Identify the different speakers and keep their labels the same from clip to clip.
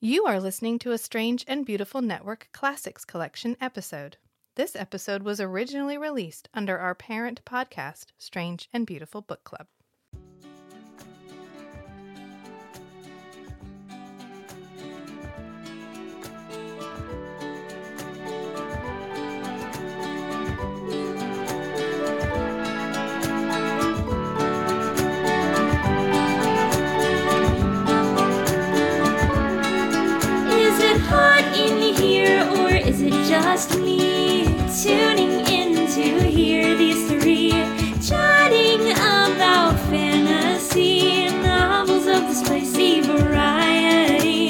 Speaker 1: You are listening to a Strange and Beautiful Network Classics Collection episode. This episode was originally released under our parent podcast, Strange and Beautiful Book Club.
Speaker 2: Is it hot in here or is it just me? Tuning in to hear these three chatting about fantasy novels of the spicy variety.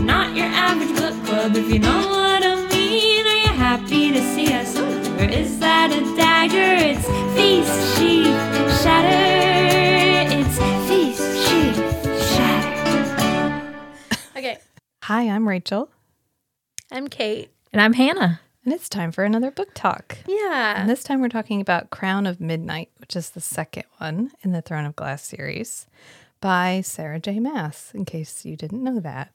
Speaker 2: Not your average book club, if you know what I mean. Are you happy to see us? Or is that a dagger? It's feast, she shatter. It's feast, she shatter.
Speaker 3: Okay.
Speaker 1: Hi, I'm Rachel,
Speaker 3: I'm Kate.
Speaker 2: And I'm Hannah.
Speaker 1: and it's time for another book talk.
Speaker 3: Yeah.
Speaker 1: And this time we're talking about Crown of Midnight, which is the second one in the Throne of Glass series by Sarah J. Mass, in case you didn't know that.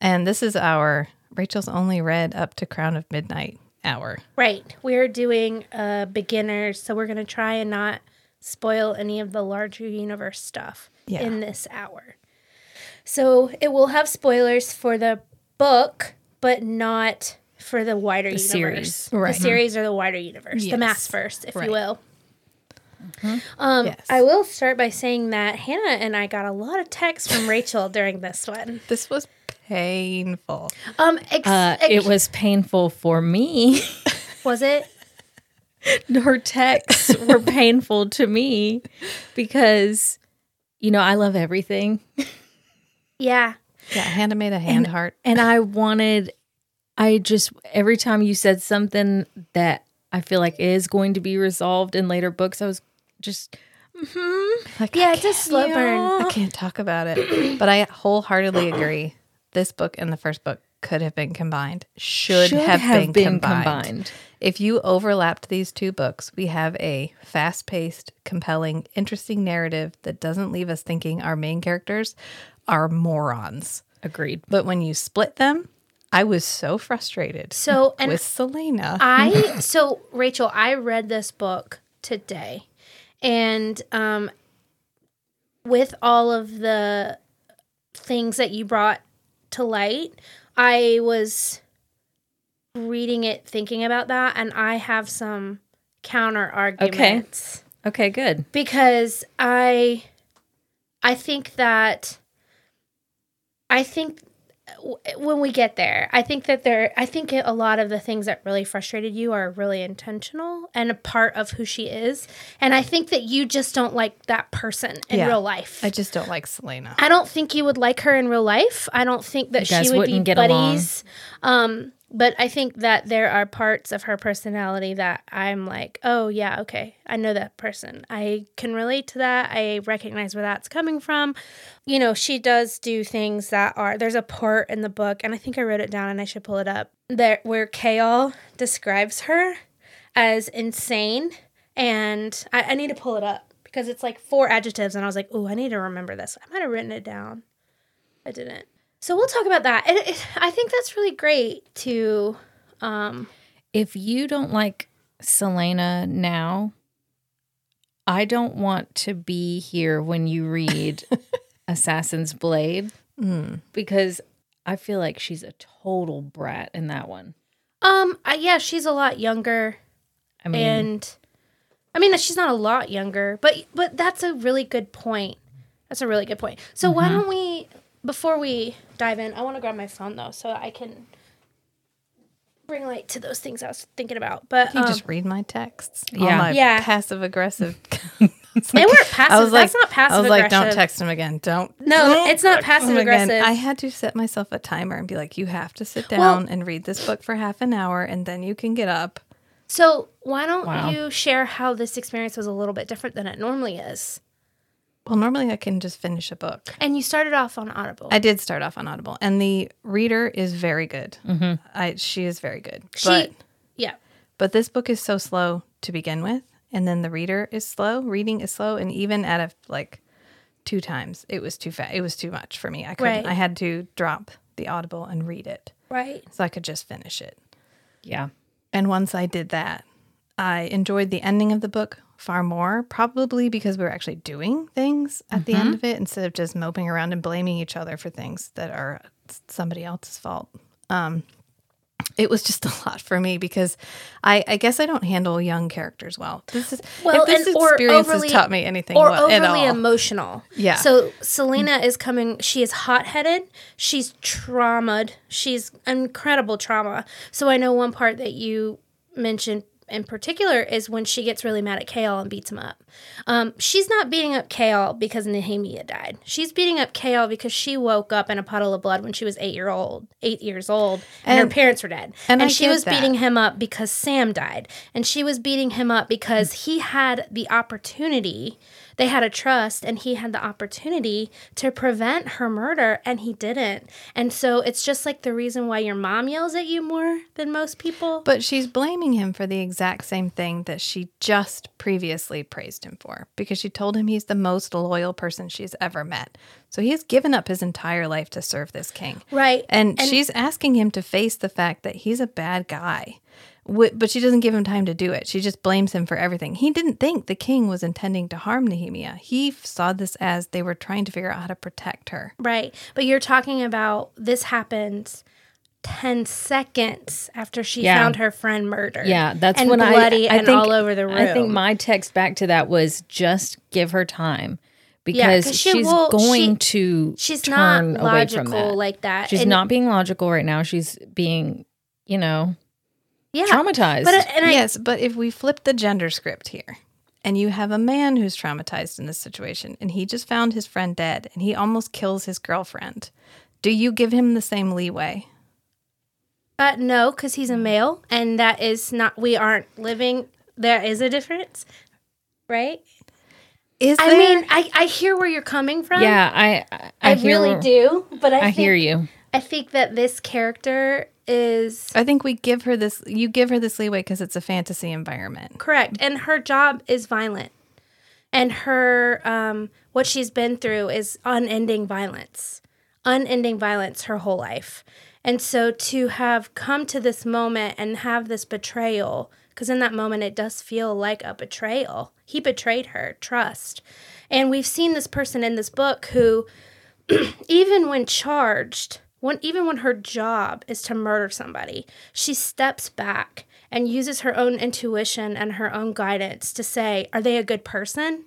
Speaker 1: And this is our Rachel's only read up to Crown of Midnight hour.
Speaker 3: Right. We're doing uh beginners, so we're gonna try and not spoil any of the larger universe stuff
Speaker 1: Yeah.
Speaker 3: in this hour. So it will have spoilers for the book, but not for the wider universe.
Speaker 2: series.
Speaker 1: Right.
Speaker 3: The series or the wider universe. The mass first, if
Speaker 1: Right.
Speaker 3: you will. Um,
Speaker 1: Yes.
Speaker 3: I will start by saying that Hannah and I got a lot of texts from Rachel during this one.
Speaker 1: This was painful.
Speaker 3: Um, ex-
Speaker 2: Uh, it
Speaker 3: ex-
Speaker 2: was painful for me.
Speaker 3: was it
Speaker 2: Her texts were painful to me because, you know, I love everything.
Speaker 3: yeah.
Speaker 1: Yeah, Hannah made a hand heart.
Speaker 2: And I wanted, I just, every time you said something that I feel like is going to be resolved in later books, I was just,
Speaker 1: Like,
Speaker 3: Yeah,
Speaker 1: I
Speaker 3: it's a
Speaker 1: can't-
Speaker 3: slow burn.
Speaker 1: I can't talk about it. But I wholeheartedly agree. This book and the first book could have been combined, should, have, been, combined. If you overlapped these two books, we have a fast paced, compelling, interesting narrative that doesn't leave us thinking our main characters are morons.
Speaker 2: Agreed.
Speaker 1: But when you split them, I was so frustrated
Speaker 3: So and
Speaker 1: with Selena.
Speaker 3: I so Rachel, I read this book today, and um, with all of the things that you brought to light, I was reading it, thinking about that, and I have some counter arguments
Speaker 2: Okay, good.
Speaker 3: because I I think that I think w- when we get there, I think that there I think a lot of the things that really frustrated you are really intentional and a part of who she is. And I think that you just don't like that person in
Speaker 1: Yeah.
Speaker 3: real life.
Speaker 1: I just don't like Selena.
Speaker 3: I don't think you would like her in real life. I don't think that
Speaker 2: You guys
Speaker 3: she would be
Speaker 2: wouldn't get
Speaker 3: buddies. Um, but I think that there are parts of her personality that I'm like, oh yeah, okay, I know that person. I can relate to that. I recognize where that's coming from. You know, she does do things that are. There's a part in the book, and I think I wrote it down, and I should pull it up. There, where Kale describes her as insane and I, I need to pull it up because it's like four adjectives and i was like oh i need to remember this i might have written it down i didn't so we'll talk about that and it, i think that's really great to um
Speaker 2: if you don't like Selena now, I don't want to be here when you read Assassin's Blade
Speaker 3: Hmm.
Speaker 2: because I feel like she's a total brat in that one.
Speaker 3: um I, yeah she's a lot younger
Speaker 2: I mean,
Speaker 3: and i mean she's not a lot younger but but that's a really good point that's a really good point so why
Speaker 1: Mm-hmm.
Speaker 3: don't we before we dive in i want to grab my phone though so i can bring light to those things i was thinking about but
Speaker 1: You
Speaker 3: um,
Speaker 1: just read my texts.
Speaker 2: Yeah.
Speaker 1: All my
Speaker 3: Yeah.
Speaker 1: passive aggressive.
Speaker 3: They weren't passive.
Speaker 1: I was like,
Speaker 3: That's not passive.
Speaker 1: I was like, don't
Speaker 3: aggressive.
Speaker 1: text him again. Don't.
Speaker 3: No, it's not
Speaker 1: text him
Speaker 3: passive
Speaker 1: again."
Speaker 3: aggressive.
Speaker 1: I had to set myself a timer and be like, you have to sit down and read this book for half an hour and then you can get up.
Speaker 3: So why don't
Speaker 2: Wow.
Speaker 3: you share how this experience was a little bit different than it normally is?
Speaker 1: Well, normally I can just finish a book.
Speaker 3: And you started off on Audible.
Speaker 1: I did start off on Audible, and the reader is very good. I, she is very good.
Speaker 3: she,
Speaker 1: but
Speaker 3: yeah,
Speaker 1: but this book is so slow to begin with, and then the reader is slow. Reading is slow, and even at a like two times, it was too fast. It was too much for me. I couldn't.
Speaker 3: Right.
Speaker 1: I had to drop the Audible and read it
Speaker 3: Right.
Speaker 1: so I could just finish it.
Speaker 4: Yeah.
Speaker 1: And once I did that, I enjoyed the ending of the book far more, probably because we were actually doing things at the
Speaker 3: Mm-hmm.
Speaker 1: end of it instead of just moping around and blaming each other for things that are somebody else's fault. Um, it was just a lot for me because I, I guess I don't handle young characters well. This is
Speaker 3: Well,
Speaker 1: if this
Speaker 3: and- or
Speaker 1: experience
Speaker 3: overly-
Speaker 1: has taught me anything
Speaker 3: Or
Speaker 1: well, at all.
Speaker 3: overly emotional.
Speaker 1: Yeah.
Speaker 3: So Selena is coming. She is hot headed. She's traumaed. She's incredible trauma. So I know one part that you mentioned in particular is when she gets really mad at Kale and beats him up. Um, she's not beating up Kale because Nehemia died. She's beating up Kale because she woke up in a puddle of blood when she was eight year old, eight years old, and,
Speaker 1: And-
Speaker 3: her parents were dead.
Speaker 1: and
Speaker 3: And,
Speaker 1: I
Speaker 3: she
Speaker 1: get
Speaker 3: was
Speaker 1: that.
Speaker 3: beating him up because Sam died. And she was beating him up because he had the opportunity. They had a trust and he had the opportunity to prevent her murder and he didn't. And so it's just like the reason why your mom yells at you more than most people.
Speaker 1: But she's blaming him for the exact same thing that she just previously praised him for because she told him he's the most loyal person she's ever met. So he has given up his entire life to serve this king.
Speaker 3: right.
Speaker 1: And, she's asking him to face the fact that he's a bad guy. Wh- But she doesn't give him time to do it. She just blames him for everything. He didn't think the king was intending to harm Nehemia. He f- saw this as they were trying to figure out how to protect her.
Speaker 3: Right. But you're talking about this happened 10 seconds after she
Speaker 4: Yeah.
Speaker 3: found her friend murdered.
Speaker 4: Yeah, that's
Speaker 3: and
Speaker 4: when I-
Speaker 3: bloody
Speaker 4: I
Speaker 3: and
Speaker 4: think-
Speaker 3: all over the room.
Speaker 4: I think my text back to that was just give her time
Speaker 3: Yeah, 'cause
Speaker 4: because
Speaker 3: she
Speaker 4: she's
Speaker 3: will-
Speaker 4: going
Speaker 3: she-
Speaker 4: to
Speaker 3: she's not
Speaker 4: turn away
Speaker 3: logical
Speaker 4: from that.
Speaker 3: like that.
Speaker 4: she's
Speaker 3: And-
Speaker 4: not being logical right now. She's being, you know,
Speaker 3: yeah.
Speaker 4: traumatized.
Speaker 3: But uh, and I
Speaker 1: yes, but if we flip the gender script here, and you have a man who's traumatized in this situation, and he just found his friend dead, and he almost kills his girlfriend, do you give him the same leeway?
Speaker 3: Uh, no, because he's a male, and that is not. We aren't living. There is a difference, right?
Speaker 1: Is
Speaker 3: I
Speaker 1: there-
Speaker 3: mean, I, I hear where you're coming from.
Speaker 4: yeah, I I,
Speaker 3: I,
Speaker 4: I hear-
Speaker 3: really do. But I,
Speaker 4: I
Speaker 3: think,
Speaker 4: hear you.
Speaker 3: I think that this character is
Speaker 1: I think we give her this. You give her this leeway because it's a fantasy environment.
Speaker 3: correct, and her job is violent, and her um what she's been through is unending violence, unending violence her whole life, and so to have come to this moment and have this betrayal, because in that moment it does feel like a betrayal. He betrayed her trust, and we've seen this person in this book who even when charged, when even when her job is to murder somebody, she steps back and uses her own intuition and her own guidance to say, are they a good person?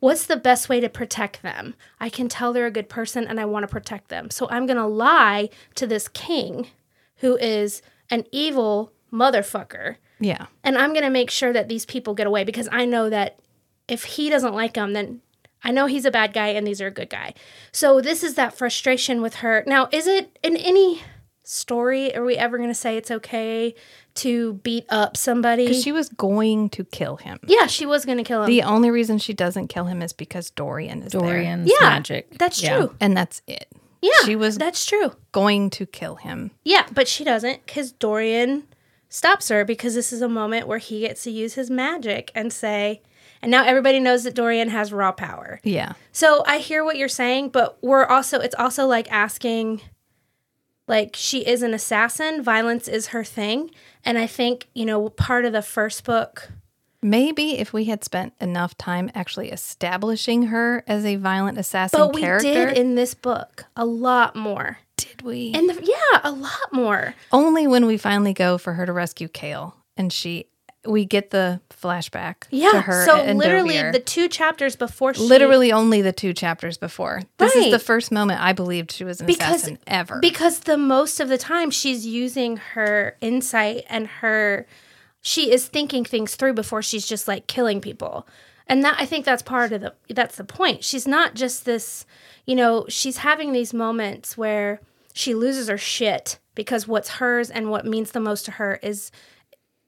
Speaker 3: What's the best way to protect them? I can tell they're a good person and I want to protect them. So I'm going to lie to this king who is an evil motherfucker
Speaker 1: Yeah,
Speaker 3: and I'm going to make sure that these people get away because I know that if he doesn't like them, then I know he's a bad guy and these are a good guy. So this is that frustration with her. Now, is it in any story are we ever going to say it's okay to beat up somebody?
Speaker 1: because she was going to kill him.
Speaker 3: yeah, she was going to kill him.
Speaker 1: The only reason she doesn't kill him is because Dorian is there,
Speaker 4: Dorian's
Speaker 3: yeah,
Speaker 4: magic.
Speaker 3: That's
Speaker 4: Yeah.
Speaker 3: true.
Speaker 1: and that's it.
Speaker 3: Yeah,
Speaker 1: She was-
Speaker 3: That's true.
Speaker 1: Going to kill him.
Speaker 3: Yeah, but she doesn't because Dorian stops her because this is a moment where he gets to use his magic and say, and now everybody knows that Dorian has raw power.
Speaker 1: Yeah,
Speaker 3: So I hear what you're saying, but we're also it's also like asking like she is an assassin, violence is her thing, and I think, you know, part of the first book
Speaker 1: Maybe if we had spent enough time actually establishing her as a violent assassin
Speaker 3: but we
Speaker 1: character,
Speaker 3: did in this book a lot more.
Speaker 1: did we?
Speaker 3: And the, yeah, a lot more.
Speaker 1: Only when we finally go for her to rescue Kale, and she, we get the flashback
Speaker 3: Yeah.
Speaker 1: to her.
Speaker 3: so
Speaker 1: and
Speaker 3: literally
Speaker 1: Dovier.
Speaker 3: the two chapters before she
Speaker 1: literally only the two chapters before. This is
Speaker 3: Right.
Speaker 1: the first moment I believed she was an
Speaker 3: Because-
Speaker 1: assassin ever.
Speaker 3: Because the most of the time she's using her insight and her she is thinking things through before she's just like killing people. And that I think that's part of the that's the point. She's not just this, you know, she's having these moments where she loses her shit because what's hers and what means the most to her is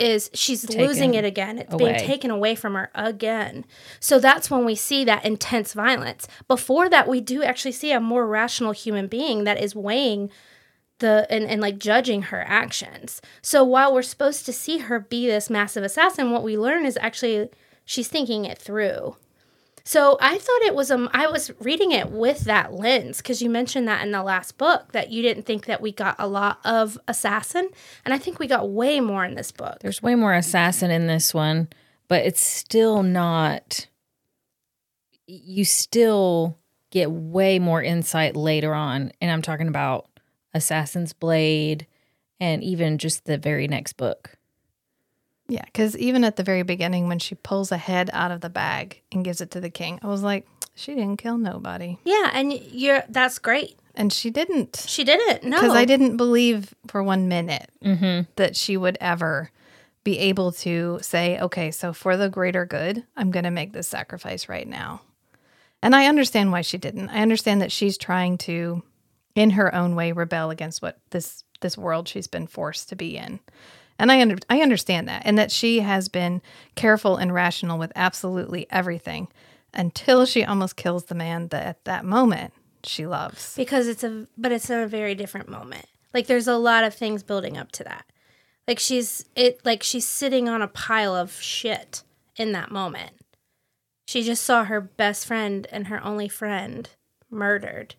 Speaker 3: is she's losing it again. It's being
Speaker 4: away.
Speaker 3: taken away from her again. So that's when we see that intense violence. Before that, we do actually see a more rational human being that is weighing the and, and like judging her actions. So while we're supposed to see her be this massive assassin, what we learn is actually she's thinking it through. So I thought it was um I was reading it with that lens because you mentioned that in the last book that you didn't think that we got a lot of assassin, and I think we got way more in this book.
Speaker 4: There's way more assassin in this one, but it's still not. You still get way more insight later on, and I'm talking about Assassin's Blade, and even just the very next book.
Speaker 1: Yeah, because even at the very beginning, when she pulls a head out of the bag and gives it to the king, I was like, she didn't kill nobody.
Speaker 3: Yeah, and you're that's great.
Speaker 1: And she didn't.
Speaker 3: She didn't. No,
Speaker 1: Because I didn't believe for one minute that she would ever be able to say, okay, so for the greater good, I'm going to make this sacrifice right now. And I understand why she didn't. I understand that she's trying to, in her own way, rebel against what this this world she's been forced to be in. And I under, I understand that, and that she has been careful and rational with absolutely everything until she almost kills the man that at that moment she loves.
Speaker 3: because it's a but it's a very different moment. Like there's a lot of things building up to that. Like she's it like she's sitting on a pile of shit in that moment. She just saw her best friend and her only friend murdered.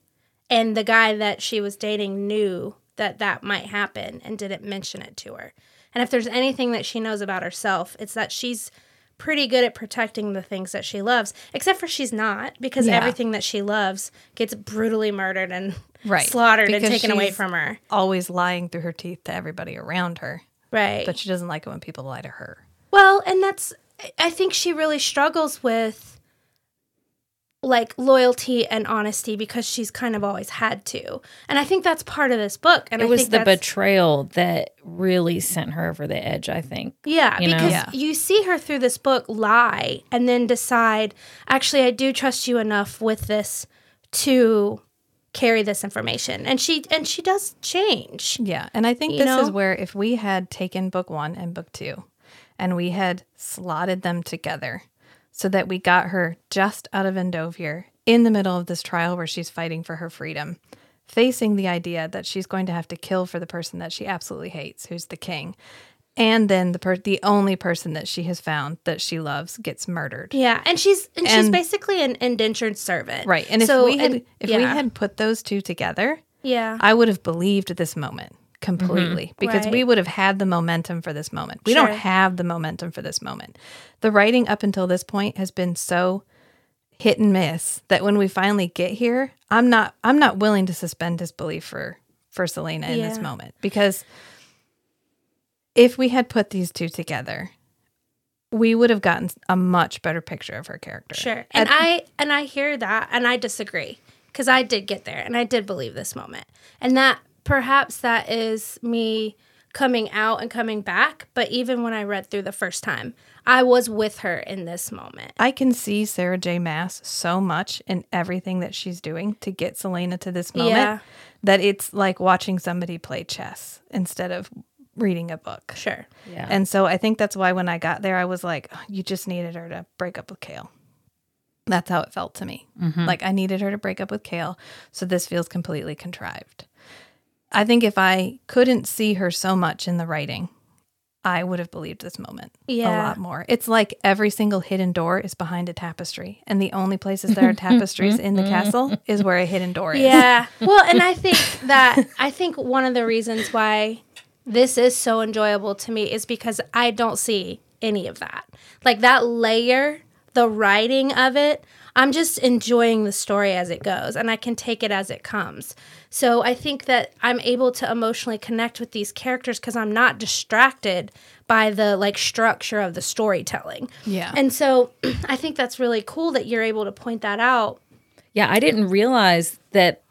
Speaker 3: And the guy that she was dating knew that that might happen and didn't mention it to her. And if there's anything that she knows about herself, it's that she's pretty good at protecting the things that she loves, except for she's not because
Speaker 1: Yeah.
Speaker 3: everything that she loves gets brutally murdered and
Speaker 1: Right.
Speaker 3: slaughtered
Speaker 1: Because
Speaker 3: and taken away
Speaker 1: she's-
Speaker 3: from her.
Speaker 1: Always lying through her teeth to everybody around her,
Speaker 3: Right.
Speaker 1: but she doesn't like it when people lie to her.
Speaker 3: Well, and that's I- I think she really struggles with like loyalty and honesty because she's kind of always had to. And I think that's part of this book. And
Speaker 4: It
Speaker 3: I
Speaker 4: was
Speaker 3: think
Speaker 4: the
Speaker 3: that's,
Speaker 4: betrayal that really sent her over the edge, I think.
Speaker 3: Yeah,
Speaker 4: you know?
Speaker 3: because
Speaker 1: Yeah.
Speaker 3: you see her through this book lie and then decide, actually, I do trust you enough with this to carry this information. And she and she does change.
Speaker 1: Yeah. And I think
Speaker 3: You
Speaker 1: this
Speaker 3: know?
Speaker 1: is where if we had taken book one and book two and we had slotted them together so that we got her just out of Endovier in the middle of this trial where she's fighting for her freedom, facing the idea that she's going to have to kill for the person that she absolutely hates, who's the king. And then the per- the only person that she has found that she loves gets murdered.
Speaker 3: Yeah, and she's and, she's
Speaker 1: And-
Speaker 3: basically an indentured servant.
Speaker 1: Right. And if
Speaker 3: So-
Speaker 1: we had
Speaker 3: and-
Speaker 1: if we
Speaker 3: yeah.
Speaker 1: had put those two together,
Speaker 3: yeah. Mm-hmm.
Speaker 1: I would have believed this moment completely because we
Speaker 3: Right.
Speaker 1: would have had the momentum for this moment. We
Speaker 3: Sure.
Speaker 1: don't have the momentum for this moment. The writing up until this point has been so hit and miss that when we finally get here, I'm not I'm not willing to suspend disbelief for for Selena in this
Speaker 3: Yeah.
Speaker 1: moment because if we had put these two together, we would have gotten a much better picture of her character.
Speaker 3: Sure. And I and I hear that and I disagree cuz I did get there and I did believe this moment. And that perhaps that is me coming out and coming back, but even when I read through the first time, I was with her in this moment.
Speaker 1: I can see Sarah J. Mass so much in everything that she's doing to get Selena to this moment
Speaker 3: Yeah.
Speaker 1: that it's like watching somebody play chess instead of reading a book.
Speaker 3: Sure.
Speaker 4: Yeah.
Speaker 1: And so I think that's why when I got there, I was like, "Oh, you just needed her to break up with Kale. That's how it felt to me.
Speaker 3: Mm-hmm.
Speaker 1: Like I needed her to break up with Kale. So this feels completely contrived. I think if I couldn't see her so much in the writing, I would have believed this moment a
Speaker 3: Yeah.
Speaker 1: lot more. It's like every single hidden door is behind a tapestry, and the only places there are tapestries in the castle is where a hidden door is.
Speaker 3: Mm-hmm. Yeah. Well, and I think that I think one of the reasons why this is so enjoyable to me is because I don't see any of that. Like that layer, the writing of it, I'm just enjoying the story as it goes and I can take it as it comes. So I think that I'm able to emotionally connect with these characters because I'm not distracted by the like structure of the storytelling.
Speaker 1: Yeah.
Speaker 3: And so I think that's really cool that you're able to point that out.
Speaker 4: Yeah, I didn't realize that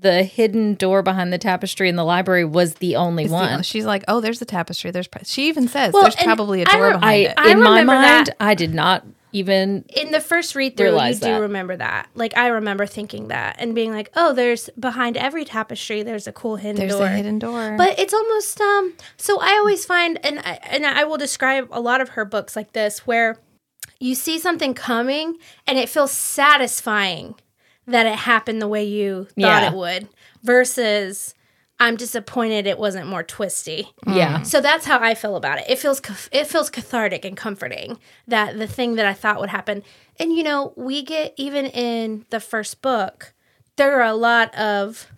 Speaker 4: the hidden door behind the tapestry in the library was the only
Speaker 1: You know,
Speaker 4: one.
Speaker 1: She's like, oh, there's a tapestry. There's pro-. she even says
Speaker 3: Well,
Speaker 1: there's
Speaker 3: and
Speaker 1: probably a
Speaker 3: I
Speaker 1: door
Speaker 3: re-
Speaker 1: behind
Speaker 4: I,
Speaker 1: it.
Speaker 3: I
Speaker 4: in my
Speaker 3: remember
Speaker 4: mind,
Speaker 3: that.
Speaker 4: I did not even.
Speaker 3: in the first read through, you
Speaker 4: Realize
Speaker 3: do
Speaker 4: that.
Speaker 3: remember that. Like I remember thinking that and being like, "Oh, there's behind every tapestry, there's a cool hidden
Speaker 1: There's
Speaker 3: door."
Speaker 1: a hidden door.
Speaker 3: but it's almost um. So I always find, and I, and I will describe a lot of her books like this, where you see something coming and it feels satisfying that it happened the way you thought
Speaker 4: Yeah.
Speaker 3: it would, versus I'm disappointed it wasn't more twisty.
Speaker 4: Yeah.
Speaker 3: So that's how I feel about it. It feels cath- it feels cathartic and comforting that the thing that I thought would happen. And you know, we get even in the first book, there are a lot of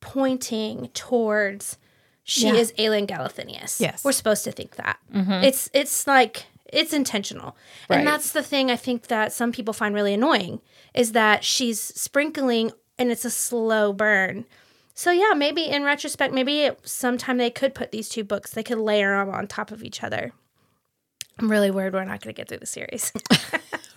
Speaker 3: pointing towards she
Speaker 1: Yeah.
Speaker 3: is alien Galathinius.
Speaker 1: Yes.
Speaker 3: We're supposed to think that. It's it's like it's intentional.
Speaker 4: Right.
Speaker 3: And that's the thing I think that some people find really annoying is that she's sprinkling and it's a slow burn. So yeah, maybe in retrospect, maybe it, sometime they could put these two books. They could layer them on top of each other. I'm really worried we're not going to get through the series.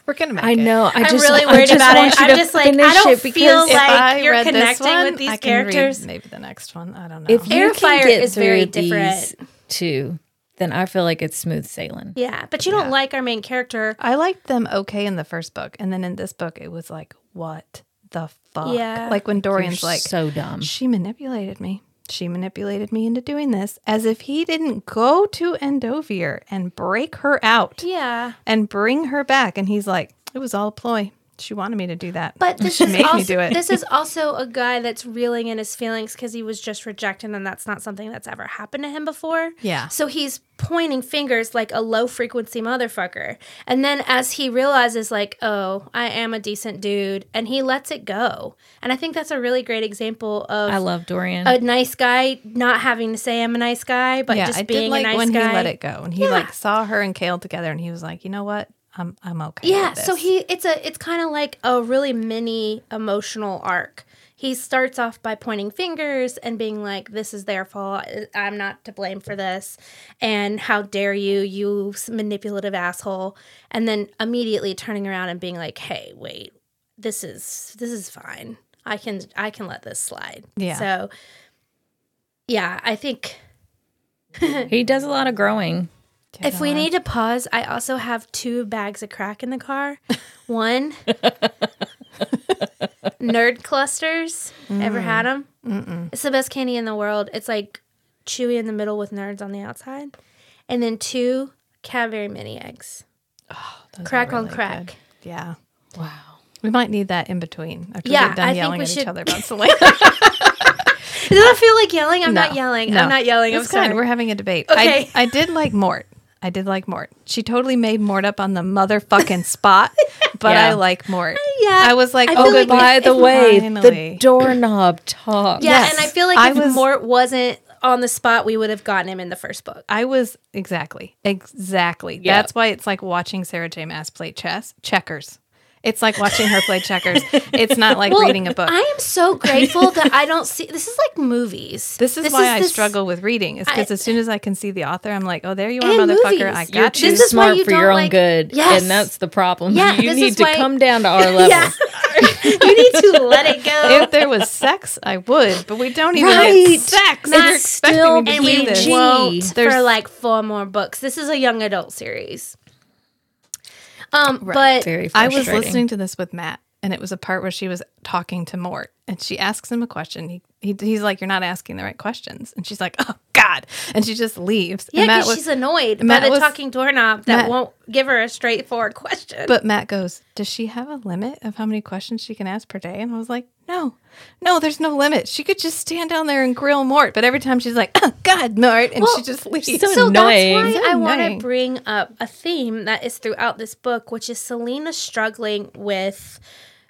Speaker 1: We're gonna make
Speaker 4: I
Speaker 1: it.
Speaker 4: know. I
Speaker 3: I'm
Speaker 4: just,
Speaker 3: really
Speaker 4: I
Speaker 3: worried
Speaker 4: just
Speaker 3: about
Speaker 4: want
Speaker 3: it.
Speaker 4: you
Speaker 3: I'm
Speaker 4: to
Speaker 3: just like, I
Speaker 4: finish
Speaker 3: don't
Speaker 4: it
Speaker 3: feel
Speaker 4: because
Speaker 1: If
Speaker 3: like
Speaker 1: I
Speaker 3: you're
Speaker 1: read this
Speaker 3: connecting
Speaker 1: one,
Speaker 3: with these
Speaker 1: I can read
Speaker 3: characters.
Speaker 1: maybe the next one. I don't know.
Speaker 4: if you
Speaker 3: Airfire
Speaker 4: can get
Speaker 3: is very
Speaker 4: through these
Speaker 3: different.
Speaker 4: two, then I feel like it's smooth sailing.
Speaker 3: yeah, but you don't like our main character.
Speaker 1: I liked them okay in the first book, and then in this book, it was like, what the fuck?
Speaker 3: Yeah.
Speaker 1: Like when
Speaker 4: You're
Speaker 1: Dorian's like,
Speaker 4: so dumb.
Speaker 1: she manipulated me. She manipulated me into doing this, as if he didn't go to Endovir and break her out
Speaker 3: Yeah,
Speaker 1: and bring her back. And he's like, it was all a ploy. She wanted me to do that.
Speaker 3: but this
Speaker 1: she
Speaker 3: is
Speaker 1: made
Speaker 3: also
Speaker 1: me do it.
Speaker 3: this is also a guy that's reeling in his feelings because he was just rejected, and that's not something that's ever happened to him before.
Speaker 1: Yeah.
Speaker 3: So he's pointing fingers like a low frequency motherfucker, and then as he realizes, like, oh, I am a decent dude, and he lets it go. And I think that's a really great example of
Speaker 4: I love Dorian.
Speaker 3: a nice guy not having to say I'm a nice guy, but
Speaker 1: yeah,
Speaker 3: just
Speaker 1: I
Speaker 3: being
Speaker 1: did like
Speaker 3: a nice
Speaker 1: when
Speaker 3: guy.
Speaker 1: he let it go, and he like saw her and Kale together, and he was like, you know what? I'm I'm okay. with
Speaker 3: Yeah, so
Speaker 1: this."
Speaker 3: he it's a it's kind of like a really mini emotional arc. He starts off by pointing fingers and being like, "This is their fault. I'm not to blame for this," and "How dare you, you s- manipulative asshole!" And then immediately turning around and being like, "Hey, wait, this is this is fine. I can I can let this slide."
Speaker 1: Yeah.
Speaker 3: So, yeah, I think
Speaker 4: he does a lot of growing.
Speaker 3: If we need to pause, I also have two bags of crack in the car. One, nerd clusters. Ever had them? It's the best candy in the world. It's like chewy in the middle with nerds on the outside. And then two, Cadbury mini eggs.
Speaker 1: Those are
Speaker 3: crack on
Speaker 1: really
Speaker 3: crack.
Speaker 1: good. Yeah.
Speaker 4: Wow.
Speaker 1: We might need that in between after
Speaker 3: Yeah,
Speaker 1: we're done
Speaker 3: I think
Speaker 1: yelling
Speaker 3: we
Speaker 1: at
Speaker 3: should-
Speaker 1: each other about Selena.
Speaker 3: Does that feel like yelling? I'm
Speaker 1: No,
Speaker 3: not yelling.
Speaker 1: no.
Speaker 3: I'm not yelling.
Speaker 1: It's
Speaker 3: I'm sorry.
Speaker 1: fine. We're having a debate.
Speaker 3: Okay.
Speaker 1: I, I did like Mort. I did like Mort. She totally made Mort up on the motherfucking spot, but I
Speaker 4: Yeah.
Speaker 1: like Mort.
Speaker 3: Uh, yeah.
Speaker 1: I was like,
Speaker 3: I
Speaker 1: oh,
Speaker 3: feel like
Speaker 1: goodbye.
Speaker 3: By
Speaker 4: By the
Speaker 3: the
Speaker 4: way, the
Speaker 1: Finally.
Speaker 4: doorknob talks.
Speaker 3: yeah,
Speaker 1: yes.
Speaker 3: and I feel like
Speaker 1: I
Speaker 3: if
Speaker 1: was-
Speaker 3: Mort wasn't on the spot, we would have gotten him in the first book.
Speaker 1: I was exactly, exactly.
Speaker 4: Yeah.
Speaker 1: That's why it's like watching Sarah J. Mass play chess, checkers. It's like watching her play checkers. It's not like reading a book.
Speaker 3: I am so grateful that I don't see. This is like movies.
Speaker 1: this is why I
Speaker 3: this-
Speaker 1: struggle with reading. Is because
Speaker 3: I-
Speaker 1: as soon as I can see the author, I'm like, oh, there you are,
Speaker 3: And
Speaker 1: motherfucker.
Speaker 3: movies.
Speaker 1: I
Speaker 3: You're
Speaker 1: got you.
Speaker 4: Too
Speaker 3: This is why
Speaker 4: smart
Speaker 3: you
Speaker 4: for
Speaker 3: don't
Speaker 4: your own
Speaker 3: like-
Speaker 4: good.
Speaker 3: Yes.
Speaker 4: And that's the problem.
Speaker 3: Yeah,
Speaker 4: you
Speaker 3: this
Speaker 4: need
Speaker 3: is
Speaker 4: to
Speaker 3: why-
Speaker 4: come down to our level.
Speaker 3: Yeah. you need to let it go.
Speaker 1: if there was sex, I would, but we don't even
Speaker 4: Right.
Speaker 1: get sex.
Speaker 4: That's
Speaker 1: You're expecting
Speaker 4: still
Speaker 1: me to
Speaker 3: and
Speaker 1: do
Speaker 3: we
Speaker 1: this.
Speaker 4: PG.
Speaker 3: won't for
Speaker 1: There's-
Speaker 3: like four more books. This is a young adult series. Um, but
Speaker 4: Very
Speaker 1: I was
Speaker 4: frustrating.
Speaker 1: listening to this with Matt, and it was a part where she was talking to Mort, and she asks him a question. He, he he's like, "You're not asking the right questions," and she's like, "Oh God!" and she just leaves.
Speaker 3: yeah,
Speaker 1: and Matt
Speaker 3: because
Speaker 1: was-
Speaker 3: she's annoyed
Speaker 1: Matt
Speaker 3: by the
Speaker 1: was-
Speaker 3: talking doorknob that
Speaker 1: Matt-
Speaker 3: won't give her a straightforward question.
Speaker 1: But Matt goes, Does she have a limit of how many questions she can ask per day? And I was like, No, no, there's no limit. She could just stand down there and grill Mort. But every time she's like, oh, God, Mort. And she just leaves.
Speaker 4: so
Speaker 3: so
Speaker 4: annoying.
Speaker 3: that's why
Speaker 1: So
Speaker 3: I want
Speaker 1: annoying.
Speaker 3: to bring up a theme that is throughout this book, which is Selena struggling with.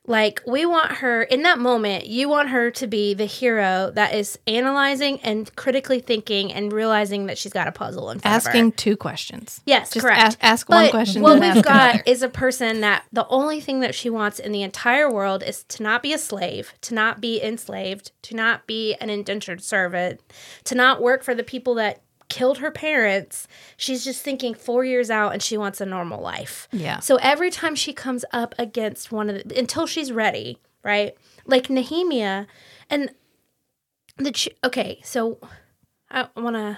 Speaker 3: Like, we want her in that moment, you want her to be the hero that is analyzing and critically thinking and realizing that she's got a puzzle in front of her.
Speaker 1: asking two questions.
Speaker 3: Yes,
Speaker 1: Just
Speaker 3: correct.
Speaker 1: Ask, ask one
Speaker 3: But
Speaker 1: question.
Speaker 3: What
Speaker 1: then
Speaker 3: we've
Speaker 1: ask
Speaker 3: got
Speaker 1: another.
Speaker 3: is a person that the only thing that she wants in the entire world is to not be a slave, to not be enslaved, to not be an indentured servant, to not work for the people that killed her parents. She's just thinking four years out and she wants a normal life.
Speaker 1: Yeah.
Speaker 3: So every time she comes up against one of the, until she's ready, right? Like Nehemia, and the ch- okay, so I want to.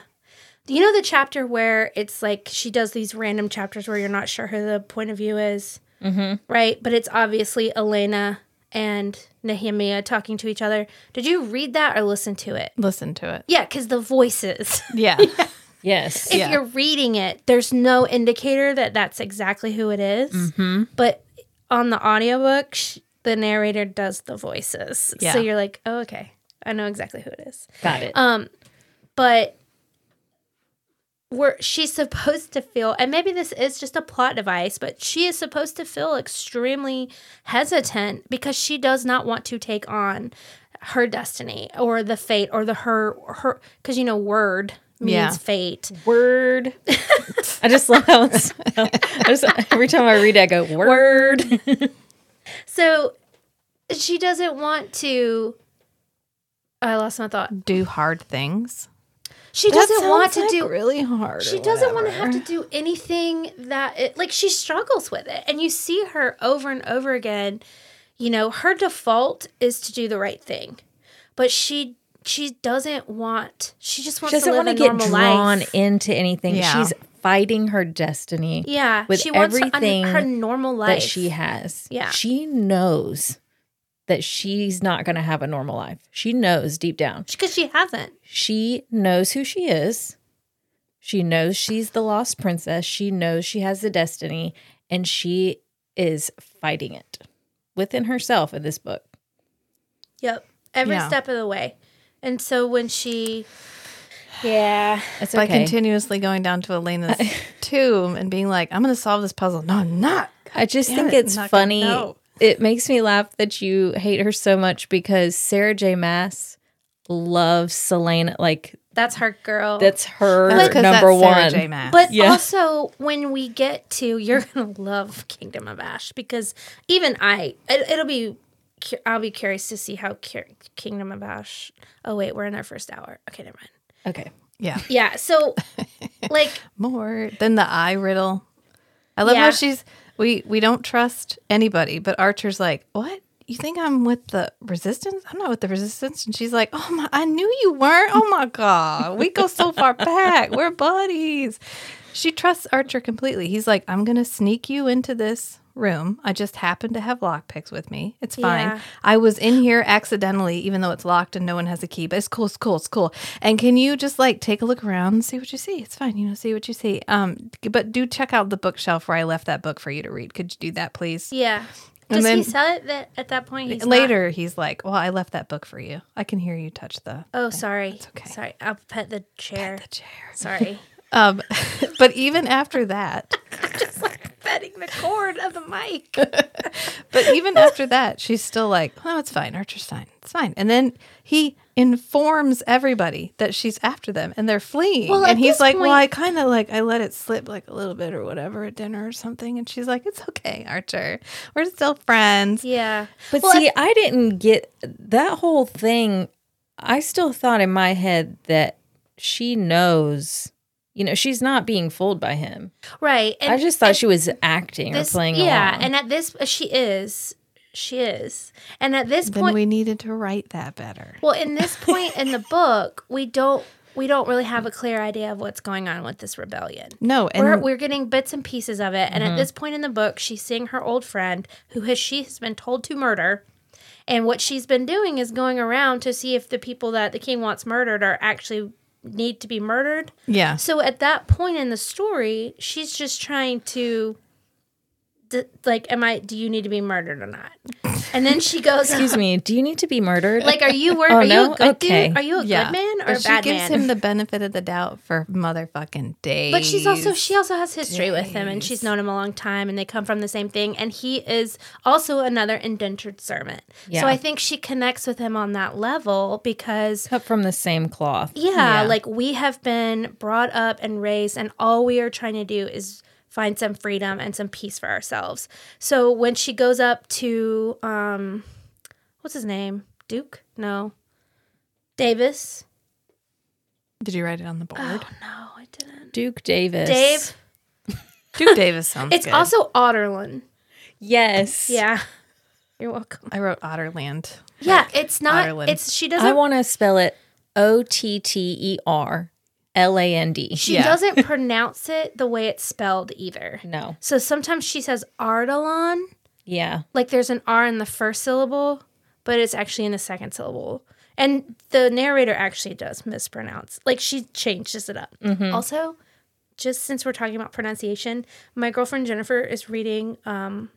Speaker 3: You know the chapter where it's like she does these random chapters where you're not sure who the point of view is, mm-hmm. right? But it's obviously Elena and Nehemia talking to each other. Did you read that or listen to it?
Speaker 1: Listen to it.
Speaker 3: Yeah, because the voices.
Speaker 1: Yeah.
Speaker 4: Yes.
Speaker 3: if
Speaker 1: Yeah.
Speaker 3: you're reading it, there's no indicator that that's exactly who it is.
Speaker 1: Mm-hmm.
Speaker 3: But on the audiobook, sh- the narrator does the voices.
Speaker 1: Yeah.
Speaker 3: So you're like, oh, okay. I know exactly who it is.
Speaker 4: Got it.
Speaker 3: Um, but where she's supposed to feel, and maybe this is just a plot device, but she is supposed to feel extremely hesitant because she does not want to take on her destiny or the fate or the her her because you know word means
Speaker 1: Yeah.
Speaker 3: fate.
Speaker 4: Word. I just love how it's spelled. I just, every time I read it, I go, word.
Speaker 3: So she doesn't want to. I lost my thought.
Speaker 1: Do hard things.
Speaker 3: She doesn't want to do
Speaker 1: really hard.
Speaker 3: She doesn't want to have to do anything that it, like she struggles with it. And you see her over and over again. You know, her default is to do the right thing. But she she doesn't want she just wants
Speaker 4: She doesn't
Speaker 3: to live
Speaker 4: want to
Speaker 3: a
Speaker 4: get
Speaker 3: normal
Speaker 4: drawn
Speaker 3: life.
Speaker 4: into anything.
Speaker 1: Yeah.
Speaker 4: She's fighting her destiny
Speaker 3: yeah,
Speaker 4: with
Speaker 3: she wants her-
Speaker 4: everything
Speaker 3: her normal life.
Speaker 4: that she has.
Speaker 3: Yeah.
Speaker 4: She knows that she's not going to have a normal life. She knows deep down.
Speaker 3: because she hasn't.
Speaker 4: She knows who she is. She knows she's the lost princess. She knows she has a destiny and she is fighting it within herself in this book.
Speaker 3: Yep. Every
Speaker 1: Yeah.
Speaker 3: step of the way. And so when she Yeah.
Speaker 4: It's
Speaker 1: By
Speaker 4: okay.
Speaker 1: continuously going down to Elena's tomb and being like, "I'm going to solve this puzzle." No, I'm not.
Speaker 4: I just
Speaker 1: Damn
Speaker 4: think
Speaker 1: it,
Speaker 4: it's
Speaker 1: not gonna
Speaker 4: funny.
Speaker 1: know.
Speaker 4: It makes me laugh that you hate her so much because Sarah J. Mass loves Selena. Like
Speaker 3: That's her girl.
Speaker 4: that's her
Speaker 1: That's 'cause that's
Speaker 4: number
Speaker 1: Sarah
Speaker 4: one.
Speaker 1: J. Maas.
Speaker 3: But
Speaker 4: Yeah.
Speaker 3: also, when we get to, you're gonna love Kingdom of Ash because even I, it, it'll be, cu- I'll be curious to see how cur- Kingdom of Ash. Oh wait, we're in our first hour. Okay, never mind.
Speaker 4: Okay.
Speaker 1: yeah,
Speaker 3: Yeah, so like
Speaker 1: more than the eye riddle. I love
Speaker 3: Yeah.
Speaker 1: how she's we we don't trust anybody, but Archer's like, "What? You think I'm with the resistance? I'm not with the resistance." And she's like, "Oh my, I knew you weren't. Oh my god, we go so far back. We're buddies." She trusts Archer completely. He's like, "I'm gonna sneak you into this." Room. I just happened to have lockpicks with me. It's fine.
Speaker 3: Yeah.
Speaker 1: I was in here accidentally, even though it's locked and no one has a key. But it's cool. It's cool. It's cool. And can you just like take a look around and see what you see? It's fine. You know, see what you see. Um, but do check out the bookshelf where I left that book for you to read. Could you do that, please?
Speaker 3: yeah.
Speaker 1: And
Speaker 3: Does he
Speaker 1: then-
Speaker 3: sell it that at that point? He's not-
Speaker 1: Later, he's like, "Well, I left that book for you. I can hear you touch the
Speaker 3: oh, sorry.
Speaker 1: okay.
Speaker 3: Sorry, I'll pet the chair.
Speaker 1: the chair."
Speaker 3: Sorry.
Speaker 1: Um, but even after that,
Speaker 3: Just like petting the cord of the mic.
Speaker 1: but even after that, she's still like, "Oh, it's fine. Archer's fine. It's fine." And then he informs everybody that she's after them, and they're fleeing.
Speaker 3: Well, at
Speaker 1: and he's
Speaker 3: this
Speaker 1: like, "Well,
Speaker 3: point-
Speaker 1: I kind of like I let it slip like a little bit or whatever at dinner or something." And she's like, "It's okay, Archer. We're still friends."
Speaker 3: Yeah.
Speaker 4: But
Speaker 3: Well,
Speaker 4: see, I, didn't get that whole thing. I still thought in my head that she knows, you know, she's not being fooled by him.
Speaker 3: Right. And
Speaker 4: I just thought she was acting
Speaker 3: this,
Speaker 4: or playing
Speaker 3: yeah,
Speaker 4: along.
Speaker 3: and at this uh, she is. She is. And at this
Speaker 1: Then
Speaker 3: point
Speaker 1: we needed to write that better.
Speaker 3: Well, in this point in the book, we don't we don't really have a clear idea of what's going on with this rebellion.
Speaker 1: No, and
Speaker 3: We're, we're getting bits and pieces of it, and at this point in the book, she's seeing her old friend, who has she has been told to murder, and what she's been doing is going around to see if the people that the king wants murdered are actually need to be murdered.
Speaker 1: yeah,
Speaker 3: So at that point in the story, she's just trying to, d- like, am I? Do you need to be murdered or not? And then she goes,
Speaker 4: Excuse me, do you need to be murdered?
Speaker 3: like, are you wor-
Speaker 4: Oh,
Speaker 3: are you
Speaker 4: no?
Speaker 3: a good
Speaker 4: Okay.
Speaker 3: dude? Are you a good man or
Speaker 1: But
Speaker 3: a bad
Speaker 1: she gives
Speaker 3: man?
Speaker 1: him the benefit of the doubt for motherfucking days.
Speaker 3: but she's also she also has history with him, and she's known him a long time, and they come from the same thing. And he is also another indentured servant.
Speaker 4: Yeah.
Speaker 3: So I think she connects with him on that level because
Speaker 4: cut from the same cloth.
Speaker 1: Yeah.
Speaker 3: yeah, like we have been brought up and raised, and all we are trying to do is find some freedom and some peace for ourselves. So when she goes up to, um, what's his name? Duke? No. Davis?
Speaker 1: Did you write it on the board?
Speaker 3: No, I didn't.
Speaker 4: Duke Davis.
Speaker 3: Dave?
Speaker 1: Duke Davis sounds.
Speaker 3: It's
Speaker 1: good.
Speaker 3: also Otterlin.
Speaker 4: Yes.
Speaker 3: Yeah. You're welcome.
Speaker 1: I wrote Otterland.
Speaker 3: Yeah, it's not.
Speaker 1: Otterlin.
Speaker 3: It's she doesn't.
Speaker 4: I want to spell it O T T E R L A N D.
Speaker 3: she
Speaker 1: yeah.
Speaker 3: doesn't pronounce it the way it's spelled either.
Speaker 4: No.
Speaker 3: So sometimes she says Ardalon,
Speaker 4: Yeah.
Speaker 3: like there's an R in the first syllable, but it's actually in the second syllable. And the narrator actually does mispronounce. Like she changes it up.
Speaker 4: Mm-hmm.
Speaker 3: Also, just since we're talking about pronunciation, my girlfriend Jennifer is reading um,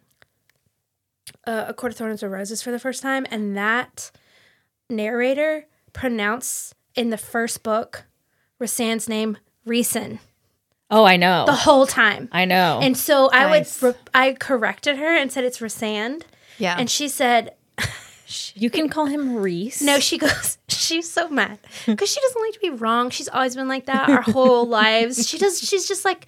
Speaker 3: uh, A Court of Thorns and Roses for the first time, and that narrator pronounce in the first book Rasan's name Reeson
Speaker 4: Oh, I know.
Speaker 3: the whole time.
Speaker 4: I know.
Speaker 3: And so I
Speaker 1: Nice.
Speaker 3: would re- I corrected her and said it's Rasand
Speaker 1: Yeah.
Speaker 3: and she said
Speaker 4: you can call him Reese.
Speaker 3: No, she goes, she's so mad because she doesn't like to be wrong. She's always been like that our whole lives. She does, she's just like,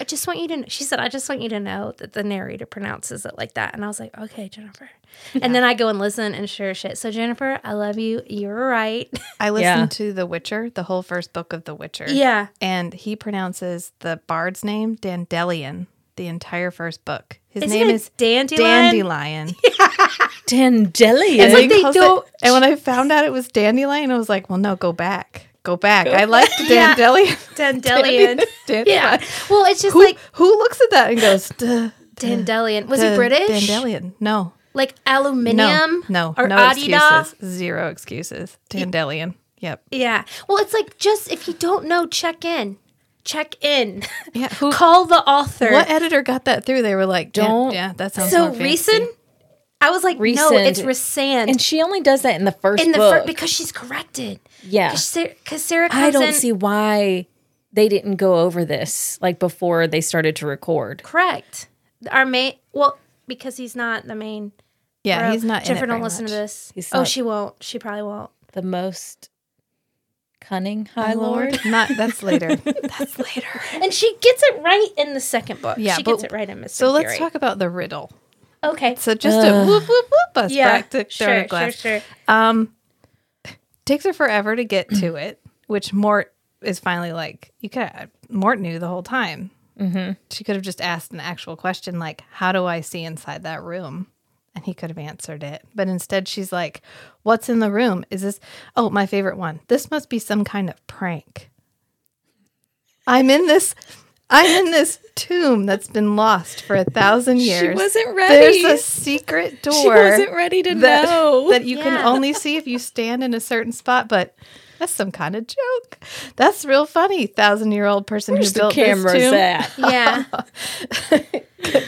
Speaker 3: I just want you to, kn-" she said, I just want you to know that the narrator pronounces it like that. And I was like, okay, Jennifer. And then I go and listen and sure as shit. So, Jennifer, I love you. You're right.
Speaker 1: I listened
Speaker 4: Yeah.
Speaker 1: to The Witcher, the whole first book of The Witcher.
Speaker 3: yeah.
Speaker 1: And he pronounces the bard's name Dandelion the entire first book. His
Speaker 3: His
Speaker 1: name is
Speaker 3: Dandelion.
Speaker 1: Dandelion. And
Speaker 4: Dandelion.
Speaker 3: It's
Speaker 1: when,
Speaker 3: like they
Speaker 1: Cole said-
Speaker 3: don't-
Speaker 1: and when I found out it was Dandelion, I was like, well, no, go back. Go back. I liked
Speaker 3: Yeah.
Speaker 1: Dandelion.
Speaker 3: Dandelion.
Speaker 1: Dandelion.
Speaker 3: yeah. Well, it's just
Speaker 1: Who,
Speaker 3: like
Speaker 1: who looks at that and goes, duh,
Speaker 3: Dandelion. Was he
Speaker 1: duh,
Speaker 3: British?
Speaker 1: Dandelion. No.
Speaker 3: Like aluminium?
Speaker 1: no. No.
Speaker 3: Or
Speaker 1: no
Speaker 3: Adidas?
Speaker 1: excuses. Zero excuses. Dandelion. Yep.
Speaker 3: Yeah. Well, it's like just if you don't know, check in. Check in.
Speaker 1: Yeah. Who,
Speaker 3: Call the author.
Speaker 1: what editor got that through? They were like, "Dan-
Speaker 4: Don't-
Speaker 1: Yeah, that sounds
Speaker 3: so
Speaker 1: more fancy."
Speaker 3: recent? I was like, no,
Speaker 4: Rescind.
Speaker 3: it's rescind.
Speaker 4: and she only does that in the first
Speaker 3: in the
Speaker 4: book.
Speaker 3: fir- because she's corrected.
Speaker 4: yeah.
Speaker 3: Because Sarah, comes
Speaker 4: I don't
Speaker 3: in-
Speaker 4: see why they didn't go over this like before they started to record.
Speaker 3: correct. Our main well, because he's not the main.
Speaker 1: Yeah,
Speaker 3: bro.
Speaker 1: he's not.
Speaker 3: uh, Jennifer,
Speaker 1: in it
Speaker 3: don't
Speaker 1: very
Speaker 3: listen
Speaker 1: much.
Speaker 3: to this.
Speaker 4: He's
Speaker 3: oh,
Speaker 4: not-
Speaker 3: she won't. She probably won't.
Speaker 4: The most cunning high lord.
Speaker 1: Not that's later. that's later.
Speaker 3: And she gets it right in the second book.
Speaker 1: Yeah,
Speaker 3: she
Speaker 1: but-
Speaker 3: gets it right in Mr.
Speaker 1: So let's
Speaker 3: Fury.
Speaker 1: talk about the riddle.
Speaker 3: Okay.
Speaker 1: So just to whoop whoop whoop us
Speaker 3: Yeah.
Speaker 1: back to
Speaker 3: Sure,
Speaker 1: Thorn of
Speaker 3: sure,
Speaker 1: Glass.
Speaker 3: sure.
Speaker 1: Um, takes her forever to get to it, which Mort is finally like, you could Mort knew the whole time. Mm-hmm. She could have just asked an actual question like, "How do I see inside that room?" And he could have answered it, but instead she's like, "What's in the room? Is this? Oh, my favorite one. This must be some kind of prank. I'm in this." I'm in this tomb that's been lost for a thousand years.
Speaker 4: wasn't ready.
Speaker 1: There's a secret door
Speaker 4: She wasn't ready to
Speaker 1: that,
Speaker 4: know.
Speaker 1: that you can
Speaker 3: Yeah.
Speaker 1: only see if you stand in a certain spot, but that's some kind of joke. That's real funny. Thousand year old person
Speaker 4: Where's
Speaker 1: who
Speaker 4: the
Speaker 1: built
Speaker 4: cameras
Speaker 1: this tomb.
Speaker 4: at?
Speaker 3: Yeah.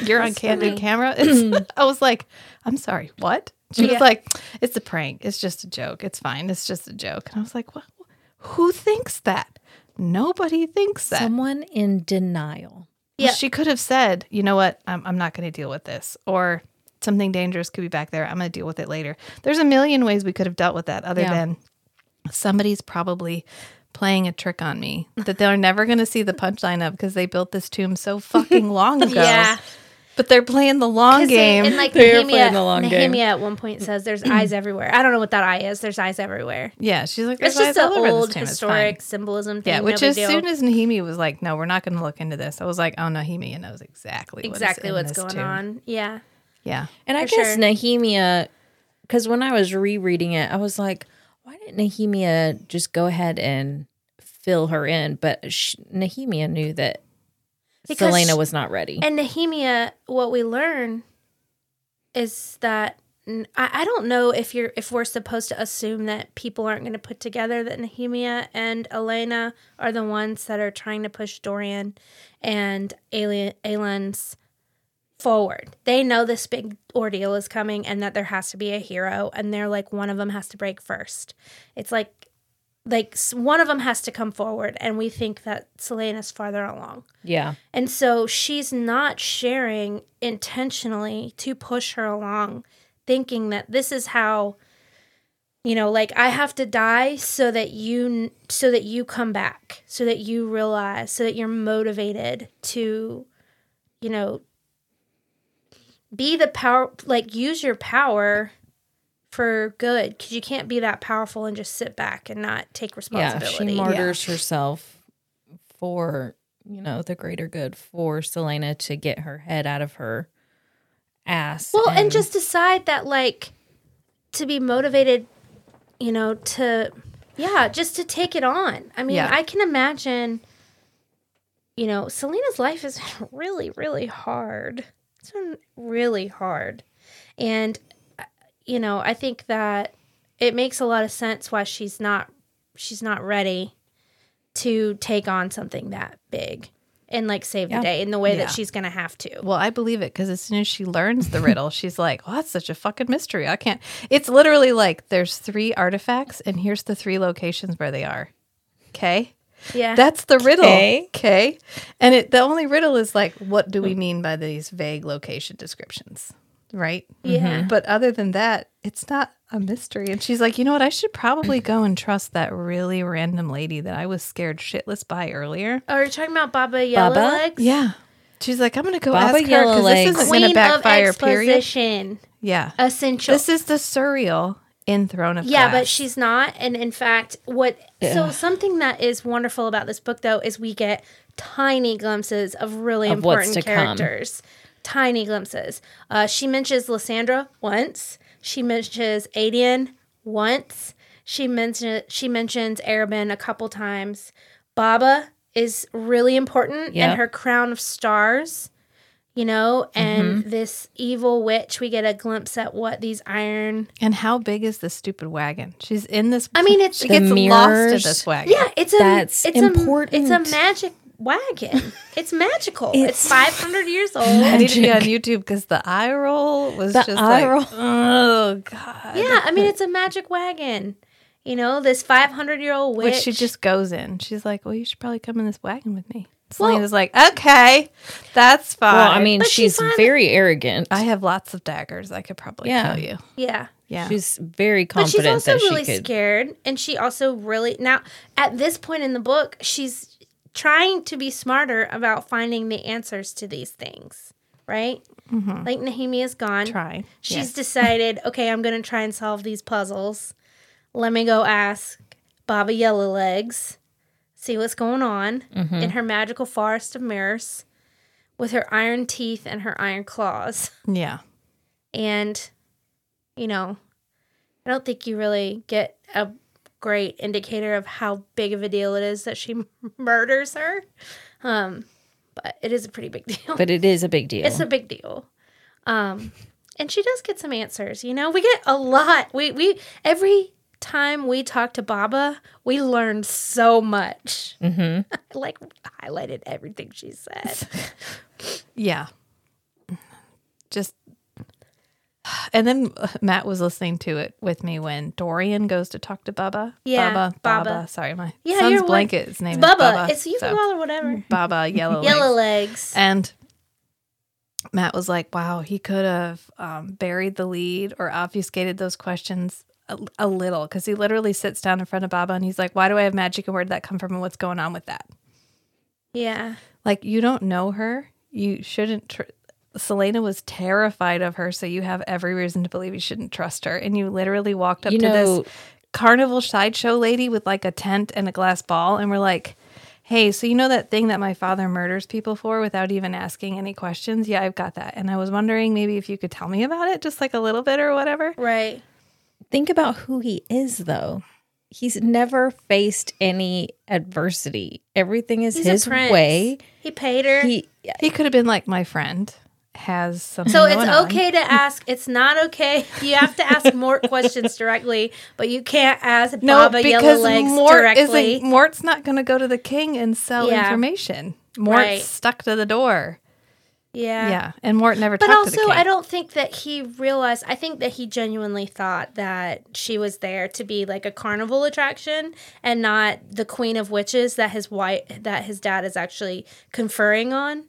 Speaker 1: You're on candid camera. It's, I was like, I'm sorry, what? She
Speaker 3: Yeah.
Speaker 1: was like, it's a prank. It's just a joke. It's fine. It's just a joke. And I was like, what? Who thinks that? Nobody thinks that.
Speaker 4: Someone in denial.
Speaker 1: Well,
Speaker 3: Yeah.
Speaker 1: She could have said, you know what? I'm, I'm not going to deal with this. Or something dangerous could be back there. I'm going to deal with it later. There's a million ways we could have dealt with that other
Speaker 4: Yeah.
Speaker 1: than somebody's probably playing a trick on me that they're never going to see the punchline of because they built this tomb so fucking long ago.
Speaker 3: yeah.
Speaker 1: But they're playing the long
Speaker 3: 'Cause
Speaker 1: game.
Speaker 3: They, and like
Speaker 4: They are
Speaker 3: Nehemia,
Speaker 4: playing the long game.
Speaker 3: Nehemia at one point says, "There's eyes everywhere." I don't know what that eye is. There's eyes everywhere.
Speaker 1: yeah, she's like,
Speaker 3: It's
Speaker 1: "There's eyes
Speaker 3: just an
Speaker 1: all over this
Speaker 3: old
Speaker 1: tomb. It's
Speaker 3: historic
Speaker 1: fine."
Speaker 3: symbolism thing.
Speaker 1: Yeah, which
Speaker 3: no
Speaker 1: as
Speaker 3: big deal.
Speaker 1: soon as Nahimi was like, "No, we're not going to look into this," I was like, "Oh, Nahimi knows exactly what is
Speaker 3: exactly
Speaker 1: in
Speaker 3: what's
Speaker 1: this
Speaker 3: going
Speaker 1: tomb."
Speaker 3: on. Yeah,
Speaker 1: Yeah,
Speaker 4: And I
Speaker 3: For
Speaker 4: guess
Speaker 3: sure.
Speaker 4: Nehemia, because when I was rereading it, I was like, why didn't Nehemia just go ahead and fill her in? But sh Nehemia knew that
Speaker 3: Because
Speaker 4: Selena
Speaker 3: she-
Speaker 4: was not ready.
Speaker 3: and Nehemia, what we learn is that n- I, I don't know if you're if we're supposed to assume that people aren't going to put together that Nehemia and Elena are the ones that are trying to push Dorian and Alien Aelin's forward. They know this big ordeal is coming and that there has to be a hero and they're like one of them has to break first. It's like like s- one of them has to come forward and we think that Selena's farther along.
Speaker 4: yeah.
Speaker 3: And so she's not sharing intentionally to push her along, thinking that this is how you know, like I have to die so that you so that you come back, so that you realize, so that you're motivated to you know be the power like use your power for good cuz you can't be that powerful and just sit back and not take
Speaker 4: Yeah.
Speaker 3: responsibility.
Speaker 4: She martyrs herself for, you know, the greater good for Selena to get her head out of her ass.
Speaker 3: Well, and, just decide that like to be motivated, you know, to yeah, just to take it on. I mean,
Speaker 1: Yeah.
Speaker 3: I can imagine you know, Selena's life is really really hard. It's been really hard. And uh, you know, I think that it makes a lot of sense why she's not she's not ready to take on something that big. and like save the day in the way
Speaker 1: Yeah.
Speaker 3: that she's gonna have to.
Speaker 1: Well, I believe it because as soon as she learns the riddle, she's like, "Oh, that's such a fucking mystery. I can't." It's literally like there's three artifacts, and here's the three locations where they are. Okay,
Speaker 3: Yeah.
Speaker 1: that's the riddle.
Speaker 4: Okay.
Speaker 1: Okay, and it the only riddle is like, what do we mean by these vague location descriptions, right? Mm-hmm.
Speaker 3: Yeah.
Speaker 1: But other than that, it's not a mystery. And she's like, you know what? I should probably go and trust that really random lady that I was scared shitless by earlier.
Speaker 3: Are you Oh, talking about Baba Yellow
Speaker 4: Baba?
Speaker 3: Legs?
Speaker 1: Yeah. She's like, I'm gonna go
Speaker 4: Baba
Speaker 1: ask her
Speaker 4: Yellow
Speaker 1: because
Speaker 4: Legs.
Speaker 1: this isn't
Speaker 3: Queen
Speaker 1: gonna backfire.
Speaker 3: of
Speaker 1: Period.
Speaker 3: exposition.
Speaker 1: Yeah.
Speaker 3: Essential.
Speaker 1: This is the surreal in Throne of
Speaker 3: yeah,
Speaker 1: Glass.
Speaker 3: but she's not. And in fact, what so something that is wonderful about this book though is we get tiny glimpses of really
Speaker 4: Of what's
Speaker 3: important
Speaker 4: to come.
Speaker 3: characters. Tiny glimpses. Uh, she mentions Lysandra once. She mentions Adian once. She mentions she mentions Arabin a couple times. Baba is really important
Speaker 4: Yep.
Speaker 3: and her crown of stars you know and
Speaker 4: Mm-hmm.
Speaker 3: this evil witch we get a glimpse at what these iron
Speaker 1: and how big is this stupid wagon? She's in this.
Speaker 3: I mean, it's-
Speaker 1: she
Speaker 3: The
Speaker 1: gets lost to
Speaker 4: mirrors.
Speaker 1: this wagon.
Speaker 3: Yeah, it's a
Speaker 4: That's
Speaker 3: it's A,
Speaker 4: important.
Speaker 3: it's a magic wagon. It's magical.
Speaker 4: It's-
Speaker 3: it's 500 years old.
Speaker 1: I
Speaker 3: yeah,
Speaker 1: need to be on YouTube because the eye roll was
Speaker 4: The
Speaker 1: just
Speaker 4: eye
Speaker 1: like,
Speaker 4: roll.
Speaker 1: oh god.
Speaker 3: I mean, it's a magic wagon. You know, this 500 year old witch.
Speaker 1: Which she just goes in. She's like, well, you should probably come in this wagon with me.
Speaker 3: Well-
Speaker 1: Selena's like, okay, that's fine.
Speaker 4: Well, I mean,
Speaker 3: But she
Speaker 4: she's
Speaker 3: finally-
Speaker 4: very arrogant.
Speaker 1: I have lots of daggers. I could probably
Speaker 4: Yeah.
Speaker 1: kill you.
Speaker 3: yeah.
Speaker 1: Yeah.
Speaker 4: She's very
Speaker 3: But
Speaker 4: confident
Speaker 3: she's also
Speaker 4: that she
Speaker 3: really
Speaker 4: could.
Speaker 3: scared, and she also really now at this point in the book, she's trying to be smarter about finding the answers to these things, right? Like Nehemiah's gone.
Speaker 1: trying.
Speaker 3: She's decided, okay, I'm going to try and solve these puzzles. Let me go ask Baba Yellow Legs, see what's going on in her magical forest of mirrors with her iron teeth and her iron claws.
Speaker 1: Yeah.
Speaker 3: And, you know, I don't think you really get a great indicator of how big of a deal it is that she murders her. Um, but it is a pretty big deal.
Speaker 4: But it is a big deal.
Speaker 3: It's a big deal. Um, and she does get some answers. You know, we get a lot. We we every time we talk to Baba, we learn so much. Mm-hmm. like highlighted everything she said.
Speaker 1: Yeah. Just. And then Matt was listening to it with me when Dorian goes to talk to Baba.
Speaker 3: Yeah,
Speaker 1: Baba. Baba.
Speaker 3: Baba.
Speaker 1: Sorry, my
Speaker 3: Yeah,
Speaker 1: son's
Speaker 3: you're right.
Speaker 1: blanket. His name
Speaker 3: It's
Speaker 1: is
Speaker 3: Baba.
Speaker 1: Bubba.
Speaker 3: It's you
Speaker 1: So,
Speaker 3: can call her whatever.
Speaker 1: Baba Yellow.
Speaker 3: Yellow
Speaker 1: Legs.
Speaker 3: legs.
Speaker 1: And Matt was like, wow, he could have um, buried the lead or obfuscated those questions a, a little because he literally sits down in front of Baba and he's like, why do I have magic and where did that come from and what's going on with that?
Speaker 3: yeah.
Speaker 1: Like, you don't know her. You shouldn't. Tr- Selena was terrified of her, so you have every reason to believe you shouldn't trust her. And you literally walked up
Speaker 4: You
Speaker 1: to
Speaker 4: know-
Speaker 1: this carnival sideshow lady with like a tent and a glass ball, and we're like, Hey, so you know that thing that my father murders people for without even asking any questions? Yeah, I've got that. And I was wondering maybe if you could tell me about it, just like a little bit or whatever.
Speaker 3: Right.
Speaker 4: Think about who he is, though. He's never faced any adversity. Everything is
Speaker 3: He's
Speaker 4: his
Speaker 3: a prince.
Speaker 4: way.
Speaker 3: He paid her.
Speaker 4: He,
Speaker 1: He could have been like, My friend has something.
Speaker 3: so it's
Speaker 1: going on."
Speaker 3: okay to ask. It's not okay. You have to ask more questions directly, but you can't ask Baba Yellow Legs directly.
Speaker 1: isn't- Mort's not going to go to the king and sell
Speaker 3: Yeah.
Speaker 1: information. Mort's
Speaker 3: Right.
Speaker 1: stuck to the door.
Speaker 3: yeah.
Speaker 1: Yeah, and Mort never
Speaker 3: But
Speaker 1: talked to the
Speaker 3: also,
Speaker 1: king.
Speaker 3: I don't think that he realized. I think that he genuinely thought that she was there to be like a carnival attraction and not the queen of witches that his wife, that his dad is actually conferring on,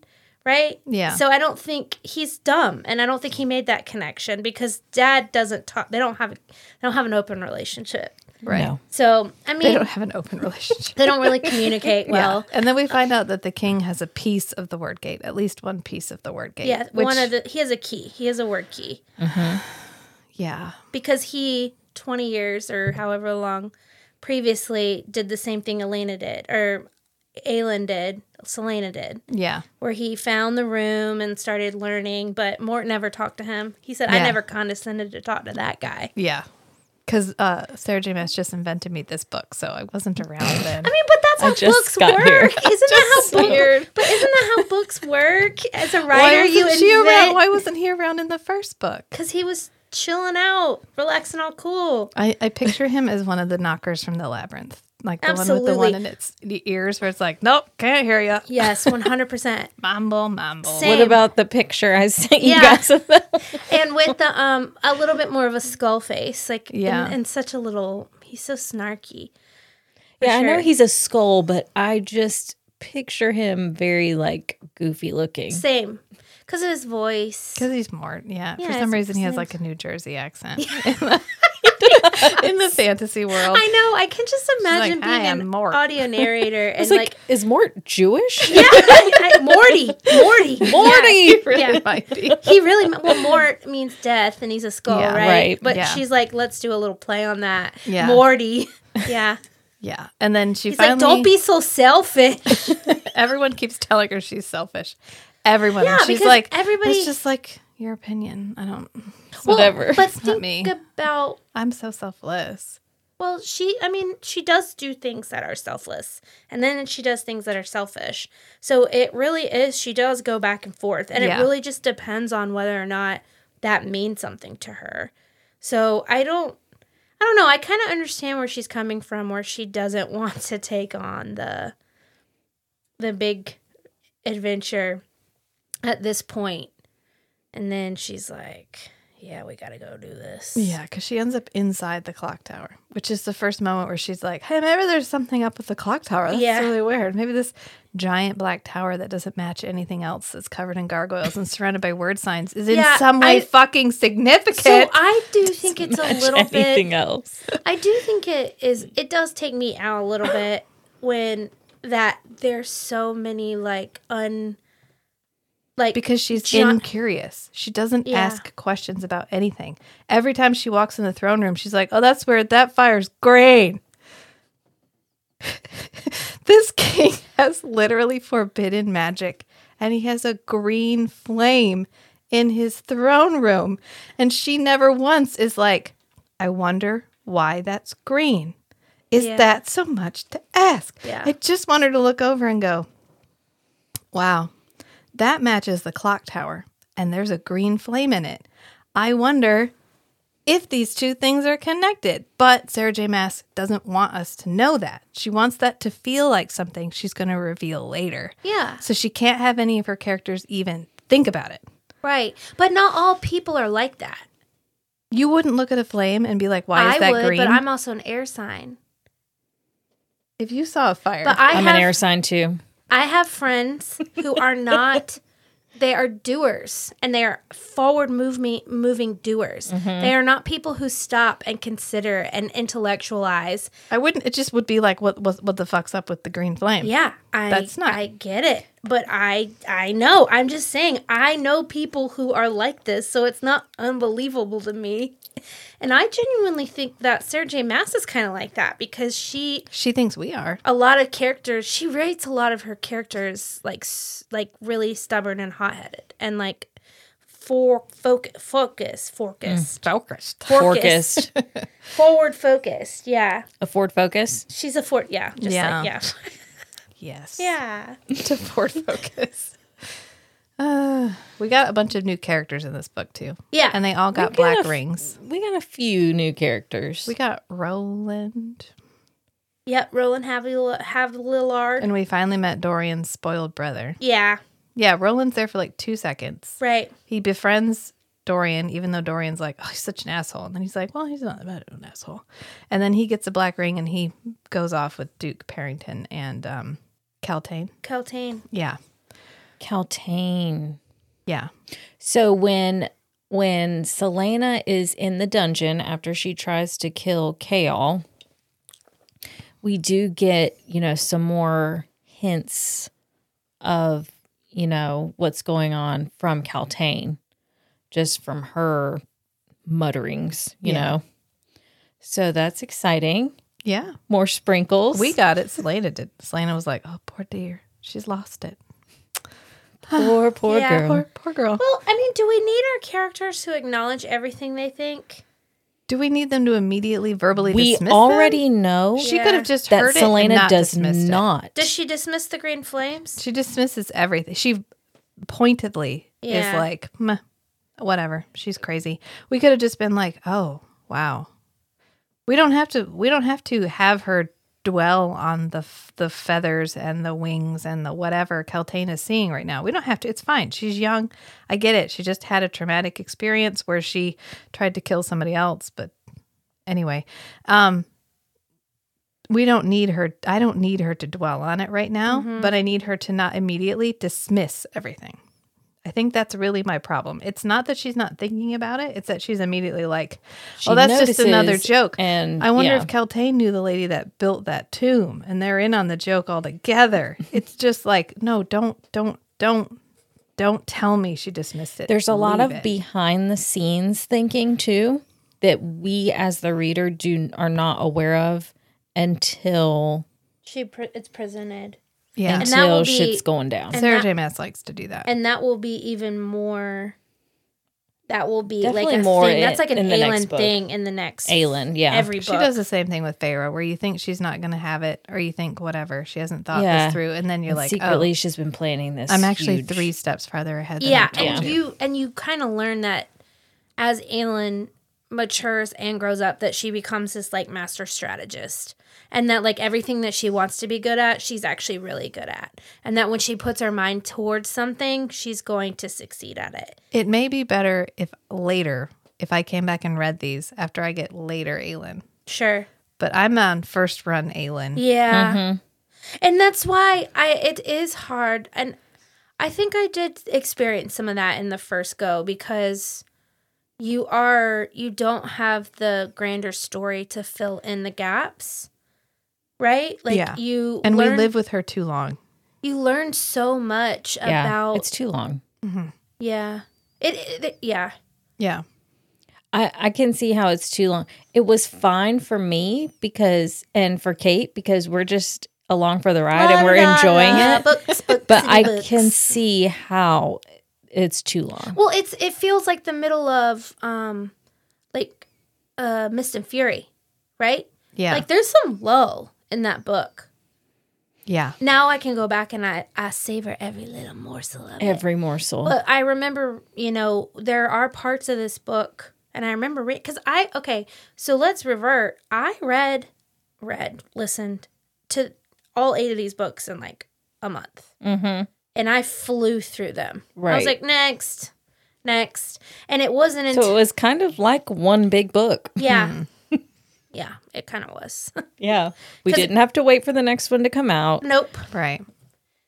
Speaker 3: right?
Speaker 1: Yeah.
Speaker 3: So I don't think he's dumb, and I don't think he made that connection because dad doesn't talk. They don't have, they don't have an open relationship.
Speaker 1: right.
Speaker 4: No.
Speaker 3: So I mean,
Speaker 1: They don't have an open relationship.
Speaker 3: they don't really communicate well.
Speaker 1: yeah. and then we find out that the king has a piece of the word gate, at least one piece of the word gate.
Speaker 3: Yeah,
Speaker 1: which,
Speaker 3: one of the he has a key. He has a word key.
Speaker 1: yeah,
Speaker 3: because he 20 years or however long previously did the same thing Elena did or Aelin did, Selena did,
Speaker 1: yeah,
Speaker 3: where he found the room and started learning, but Mort never talked to him. He said, I
Speaker 1: Yeah.
Speaker 3: never condescended to talk to that guy.
Speaker 1: yeah. Because uh, Sarah J. Maas just invented me this book, so I wasn't around then.
Speaker 3: I mean, but that's how
Speaker 4: just
Speaker 3: books
Speaker 4: got
Speaker 3: work.
Speaker 4: here.
Speaker 3: Isn't that how book,
Speaker 1: weird.
Speaker 3: But isn't that how books work? As a
Speaker 1: why
Speaker 3: writer, you
Speaker 1: wasn't she around?
Speaker 3: invent
Speaker 1: Why wasn't he around in the first book?
Speaker 3: because he was chilling out, relaxing, all cool.
Speaker 1: I, I picture him as one of the knockers from the labyrinth. Like the one with the one
Speaker 3: Absolutely.
Speaker 1: in its the ears where it's like, nope, can't hear you.
Speaker 3: Yes, 100%.
Speaker 1: Mamble, mamble.
Speaker 3: Same.
Speaker 4: What about the picture I sent you
Speaker 3: Yeah.
Speaker 4: guys of them?
Speaker 3: and with the um a little bit more of a skull face like
Speaker 1: Yeah.
Speaker 3: yeah and, and such a little he's so snarky For
Speaker 4: Yeah, I know
Speaker 3: sure.
Speaker 4: he's a skull, but I just picture him very like goofy looking.
Speaker 3: same because of his voice
Speaker 1: Because he's more, yeah.
Speaker 3: Yeah,
Speaker 1: For
Speaker 3: it's-
Speaker 1: some reason, he
Speaker 3: it's
Speaker 1: has
Speaker 3: an
Speaker 1: like a New Jersey accent in the fantasy world.
Speaker 3: i know i can just imagine
Speaker 1: like, "Hi,
Speaker 3: being
Speaker 1: I'm
Speaker 3: an
Speaker 1: Mort."
Speaker 3: audio narrator and
Speaker 4: It's
Speaker 3: like,
Speaker 4: like, is Mort Jewish?
Speaker 3: yeah I- I- morty morty
Speaker 4: Morty.
Speaker 1: He really
Speaker 3: Yeah.
Speaker 1: might be.
Speaker 3: Yeah. he really me- well mort means death and he's a skull
Speaker 1: Yeah.
Speaker 3: right?
Speaker 4: Right.
Speaker 3: but
Speaker 1: Yeah.
Speaker 3: she's like let's do a little play on that
Speaker 1: Yeah.
Speaker 3: morty yeah
Speaker 1: Yeah. And then she
Speaker 3: he's
Speaker 1: finally,
Speaker 3: like don't be so selfish
Speaker 1: everyone keeps telling her she's selfish. Everyone.
Speaker 3: Yeah,
Speaker 1: And she's
Speaker 3: because
Speaker 1: like,
Speaker 3: everybody-
Speaker 1: It's just like your opinion. I don't,
Speaker 3: Well,
Speaker 4: Whatever.
Speaker 3: but
Speaker 1: not
Speaker 3: think
Speaker 1: me.
Speaker 3: about
Speaker 1: I'm so selfless.
Speaker 3: Well, she, I mean, she does do things that are selfless, and then she does things that are selfish. So it really is, she does go back and forth, and
Speaker 1: Yeah.
Speaker 3: it really just depends on whether or not that means something to her. So I don't, I don't know. I kind of understand where she's coming from, where she doesn't want to take on the, the big adventure at this point. And then she's like, yeah, we got to go do this.
Speaker 1: Yeah. Because she ends up inside the clock tower, which is the first moment where she's like, hey, maybe there's something up with the clock tower. That's
Speaker 3: Yeah.
Speaker 1: really weird. Maybe this giant black tower that doesn't match anything else that's covered in gargoyles and surrounded by word signs is in
Speaker 3: Yeah,
Speaker 1: some way
Speaker 3: I-
Speaker 1: fucking significant.
Speaker 3: So I do think it's a
Speaker 4: Match
Speaker 3: little bit
Speaker 4: anything else.
Speaker 3: I do think it is. It does take me out a little bit when that there's so many like un, like
Speaker 1: because she's
Speaker 3: Ju-
Speaker 1: incurious. She doesn't
Speaker 3: Yeah.
Speaker 1: ask questions about anything. Every time she walks in the throne room, she's like, "Oh, that's weird. That fire's green." this king has literally forbidden magic, and he has a green flame in his throne room, and she never once is like, "I wonder why that's green." Is
Speaker 3: Yeah.
Speaker 1: that so much to ask?
Speaker 3: Yeah.
Speaker 1: I just want her to look over and go, Wow, that matches the clock tower, and there's a green flame in it. I wonder if these two things are connected. But Sarah J. Mass doesn't want us to know that. She wants that to feel like something she's going to reveal later.
Speaker 3: yeah,
Speaker 1: So she can't have any of her characters even think about it.
Speaker 3: right. But not all people are like that.
Speaker 1: You wouldn't look at a flame and be like, why is
Speaker 3: I
Speaker 1: that
Speaker 3: would,
Speaker 1: green?
Speaker 3: but I'm also an air sign.
Speaker 1: if you saw a fire,
Speaker 3: But I
Speaker 4: I'm
Speaker 3: have
Speaker 4: an air sign too.
Speaker 3: I have friends who are not. They are doers, and they are forward moving moving doers.
Speaker 1: Mm-hmm.
Speaker 3: They are not people who stop and consider and intellectualize.
Speaker 1: I wouldn't, it just would be like, what, what, what the fuck's up with the green flame?
Speaker 3: Yeah, I,
Speaker 1: That's not-
Speaker 3: I get it, but I I know. I'm just saying I know people who are like this, so it's not unbelievable to me. And I genuinely think that Sarah J. Mass is kind of like that because she
Speaker 1: She thinks we are.
Speaker 3: a lot of characters she writes a lot of her characters like s- like really stubborn and hot headed and like for foc focus
Speaker 1: Mm.
Speaker 3: focus
Speaker 1: Focused.
Speaker 4: Focused.
Speaker 3: forward focused yeah
Speaker 4: a Ford Focus.
Speaker 3: she's a fort yeah just
Speaker 1: Yeah.
Speaker 3: like yeah
Speaker 1: Yes.
Speaker 3: yeah
Speaker 1: to Ford Focus. Uh, we got a bunch of new characters in this book too,
Speaker 3: yeah
Speaker 1: and they all got
Speaker 4: got
Speaker 1: black
Speaker 4: a f-
Speaker 1: rings.
Speaker 4: We got a few new characters.
Speaker 1: We got Roland,
Speaker 3: Yep, Roland Havil- Havillard.
Speaker 1: and we finally met Dorian's spoiled brother.
Speaker 3: yeah,
Speaker 1: Yeah, Roland's there for like two seconds.
Speaker 3: right.
Speaker 1: He befriends Dorian, even though Dorian's like, "Oh, he's such an asshole," and then he's like, "Well, he's not that bad of an asshole." And then he gets a black ring, and he goes off with Duke Parrington and um, Caltaine.
Speaker 3: Caltaine.
Speaker 1: Yeah,
Speaker 4: Caltaine.
Speaker 1: yeah,
Speaker 4: So when when Selena is in the dungeon after she tries to kill Kale, we do get, you know, some more hints of, you know, what's going on from Caltaine, just from her mutterings, you
Speaker 1: Yeah.
Speaker 4: know. So that's exciting.
Speaker 1: yeah.
Speaker 4: More sprinkles.
Speaker 1: We got it. Selena did. Selena was like, "Oh, poor dear, she's lost it."
Speaker 4: poor, poor
Speaker 3: Yeah.
Speaker 4: girl.
Speaker 1: Poor, poor girl.
Speaker 3: Well, I mean, do we need our characters to acknowledge everything they think?
Speaker 1: Do we need them to immediately verbally
Speaker 4: we
Speaker 1: dismiss
Speaker 4: already
Speaker 1: them?
Speaker 4: know
Speaker 1: She
Speaker 3: Yeah.
Speaker 1: could have just
Speaker 4: that
Speaker 1: heard it
Speaker 4: Selena
Speaker 1: and not
Speaker 4: does
Speaker 1: dismissed it.
Speaker 4: not.
Speaker 3: Does she dismiss the green flames?
Speaker 1: She dismisses everything. She pointedly is
Speaker 3: Yeah.
Speaker 1: like, "Meh, whatever. She's crazy. We could have just been like, oh wow. We don't have to. We don't have to have her dwell on the f- the feathers and the wings and the whatever Keltane is seeing right now. We don't have to. It's fine. She's young. I get it. She just had a traumatic experience where she tried to kill somebody else, but anyway, um we don't need her I don't need her to dwell on it right now,
Speaker 4: Mm-hmm.
Speaker 1: but I need her to not immediately dismiss everything. I think that's really my problem. It's not that she's not thinking about it, it's that she's immediately like,
Speaker 4: She
Speaker 1: "Oh, that's just
Speaker 4: notices
Speaker 1: another joke."
Speaker 4: And
Speaker 1: I wonder
Speaker 4: yeah.
Speaker 1: if Keltane knew the lady that built that tomb and they're in on the joke altogether. it's just like, no, don't, don't, don't, don't tell me she dismissed it.
Speaker 4: There's a lot
Speaker 1: Leave
Speaker 4: of
Speaker 1: it.
Speaker 4: behind the scenes thinking too that we as the reader do are not aware of until
Speaker 3: She pr- it's presented,
Speaker 1: Yeah.
Speaker 3: And that will
Speaker 4: until shit's
Speaker 3: be-
Speaker 4: going down.
Speaker 3: and
Speaker 1: Sarah
Speaker 3: that-
Speaker 1: J. Mass likes to do that.
Speaker 3: and that will be even more. That will be
Speaker 4: Definitely
Speaker 3: like a
Speaker 4: more
Speaker 3: thing. That's
Speaker 4: in-
Speaker 3: like an
Speaker 4: in the next
Speaker 3: Aelin
Speaker 4: book.
Speaker 3: thing in the next
Speaker 4: Aelin, yeah.
Speaker 3: every book.
Speaker 1: she does the same thing with Pharaoh, where you think she's not going to have it, or you think whatever she hasn't thought
Speaker 4: Yeah.
Speaker 1: this through, and then you're
Speaker 4: And
Speaker 1: like,
Speaker 4: secretly she's been planning this.
Speaker 1: "Oh, I'm actually
Speaker 4: huge-
Speaker 1: three steps farther ahead." Than I
Speaker 3: yeah,
Speaker 1: told
Speaker 3: and you and you kind of learn that as Aelin matures and grows up, that she becomes this like master strategist, and that like everything that she wants to be good at, she's actually really good at, and that when she puts her mind towards something, she's going to succeed at it.
Speaker 1: It may be better if later, if I came back and read these after I get later Aelin,
Speaker 3: Sure.
Speaker 1: but I'm on first run Aelin.
Speaker 4: Mm-hmm.
Speaker 3: Yeah. And that's why I it is hard and I think I did experience some of that in the first go because you are you don't have the grander story to fill in the gaps. Right? Like
Speaker 1: Yeah.
Speaker 3: you
Speaker 1: and
Speaker 3: learn,
Speaker 1: we live with her too long.
Speaker 3: you learn so much
Speaker 4: Yeah,
Speaker 3: about
Speaker 4: it's too long.
Speaker 3: yeah. It, it yeah.
Speaker 1: Mm-hmm. Yeah,
Speaker 4: I, I can see how it's too long. It was fine for me because and for Kate because we're just along for the ride and we're
Speaker 3: La, la,
Speaker 4: enjoying
Speaker 3: la,
Speaker 4: it.
Speaker 3: Books, books,
Speaker 4: But I
Speaker 3: books.
Speaker 4: can see how it's too long.
Speaker 3: Well, it's it feels like the middle of um like uh Mist and Fury, right?
Speaker 1: yeah,
Speaker 3: Like there's some lull in that book.
Speaker 1: yeah.
Speaker 3: Now I can go back and I, I savor every little morsel of it.
Speaker 4: Every morsel.
Speaker 3: But I remember, you know, there are parts of this book, and I remember reading because I okay. So let's revert. I read, read, listened to all eight of these books in like a month,
Speaker 4: mm-hmm.
Speaker 3: and I flew through them. I was
Speaker 4: Right.
Speaker 3: like, next, next, and it wasn't until
Speaker 4: So it was Hmm. kind of like one big book.
Speaker 3: yeah, yeah, it kind of was.
Speaker 4: Yeah. We
Speaker 3: 'Cause- Mm.
Speaker 4: didn't have to wait for the next one to come out.
Speaker 3: nope.
Speaker 1: Right.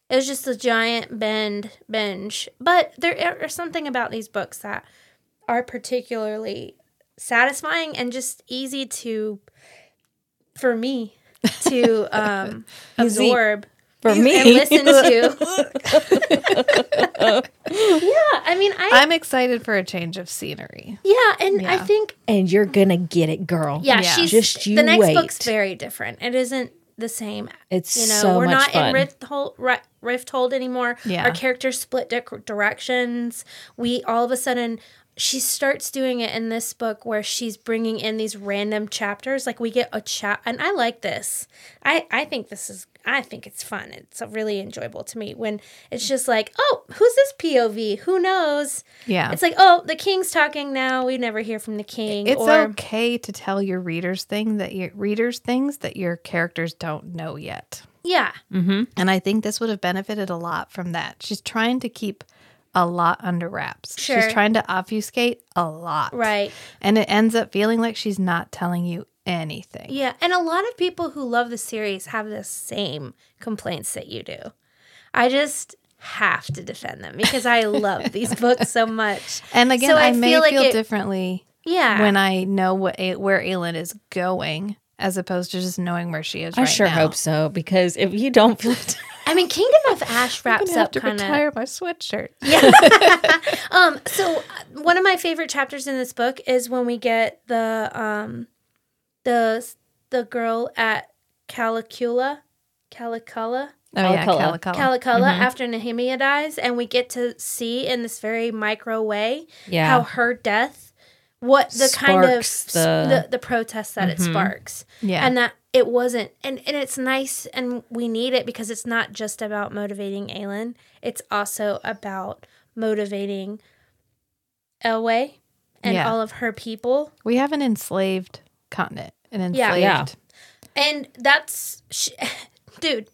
Speaker 3: It was just a giant bend binge. But there are something about these books that are particularly satisfying and just easy to, for me, to um,
Speaker 4: Easy.
Speaker 3: absorb
Speaker 4: For
Speaker 3: and
Speaker 4: me,
Speaker 3: listen to. yeah, I mean, I
Speaker 1: I'm excited for a change of scenery.
Speaker 3: yeah, and I
Speaker 1: Yeah.
Speaker 3: think
Speaker 4: and you're going to get it, girl.
Speaker 3: yeah,
Speaker 1: Yeah.
Speaker 3: she's
Speaker 4: Just you
Speaker 3: the next
Speaker 4: wait.
Speaker 3: book's very different. It isn't the same
Speaker 4: It's
Speaker 3: you know
Speaker 4: so
Speaker 3: we're
Speaker 4: much
Speaker 3: not
Speaker 4: fun.
Speaker 3: in rift hold, rift hold anymore
Speaker 1: Yeah.
Speaker 3: our characters split di- directions we all of a sudden she starts doing it in this book where she's bringing in these random chapters like we get a chat and i like this i i think this is i think it's fun it's really enjoyable to me when it's just like oh who's this pov who knows
Speaker 1: Yeah.
Speaker 3: it's like oh the king's talking now we never hear from the king
Speaker 1: It's
Speaker 3: or
Speaker 1: okay to tell your readers thing that your readers things that your characters don't know yet.
Speaker 3: yeah
Speaker 1: And I think this would have benefited a lot from that. She's trying to keep a lot under wraps.
Speaker 3: Sure.
Speaker 1: She's trying to obfuscate a lot.
Speaker 3: right
Speaker 1: And it ends up feeling like she's not telling you anything.
Speaker 3: Yeah, and a lot of people who love the series have the same complaints that you do. I just have to defend them because I love these books so much.
Speaker 1: And again,
Speaker 3: So I
Speaker 1: I, may
Speaker 3: feel
Speaker 1: feel,
Speaker 3: like it-
Speaker 1: differently
Speaker 3: Yeah.
Speaker 1: when I know what A- where Aelin is going as opposed to just knowing where she is
Speaker 4: I
Speaker 1: right
Speaker 4: sure
Speaker 1: now.
Speaker 4: hope so because if you don't feel
Speaker 3: I mean Kingdom of Ash
Speaker 1: I'm
Speaker 3: wraps
Speaker 1: gonna have
Speaker 3: up
Speaker 1: to
Speaker 3: kind of
Speaker 1: retire my sweatshirt.
Speaker 3: Um, so uh, one of my favorite chapters in this book is when we get the um, the the girl at Calicula, Calicula,
Speaker 1: Oh mm-hmm. yeah,
Speaker 4: Alcala.
Speaker 1: Calicala.
Speaker 3: Calicula after Nehemia dies, and we get to see in this very micro way
Speaker 4: Yeah.
Speaker 3: how her death, what the kind of
Speaker 4: Sparks
Speaker 3: the,
Speaker 4: the- Mm-hmm.
Speaker 3: the, protest that it sparks,
Speaker 1: Yeah.
Speaker 3: and that it wasn't, and and it's nice, and we need it because it's not just about motivating Aelin, it's also about motivating Elway and
Speaker 1: Yeah.
Speaker 3: all of her people.
Speaker 1: we have an enslaved continent. An enslaved
Speaker 3: Yeah.
Speaker 4: Yeah.
Speaker 3: And that's, she, dude,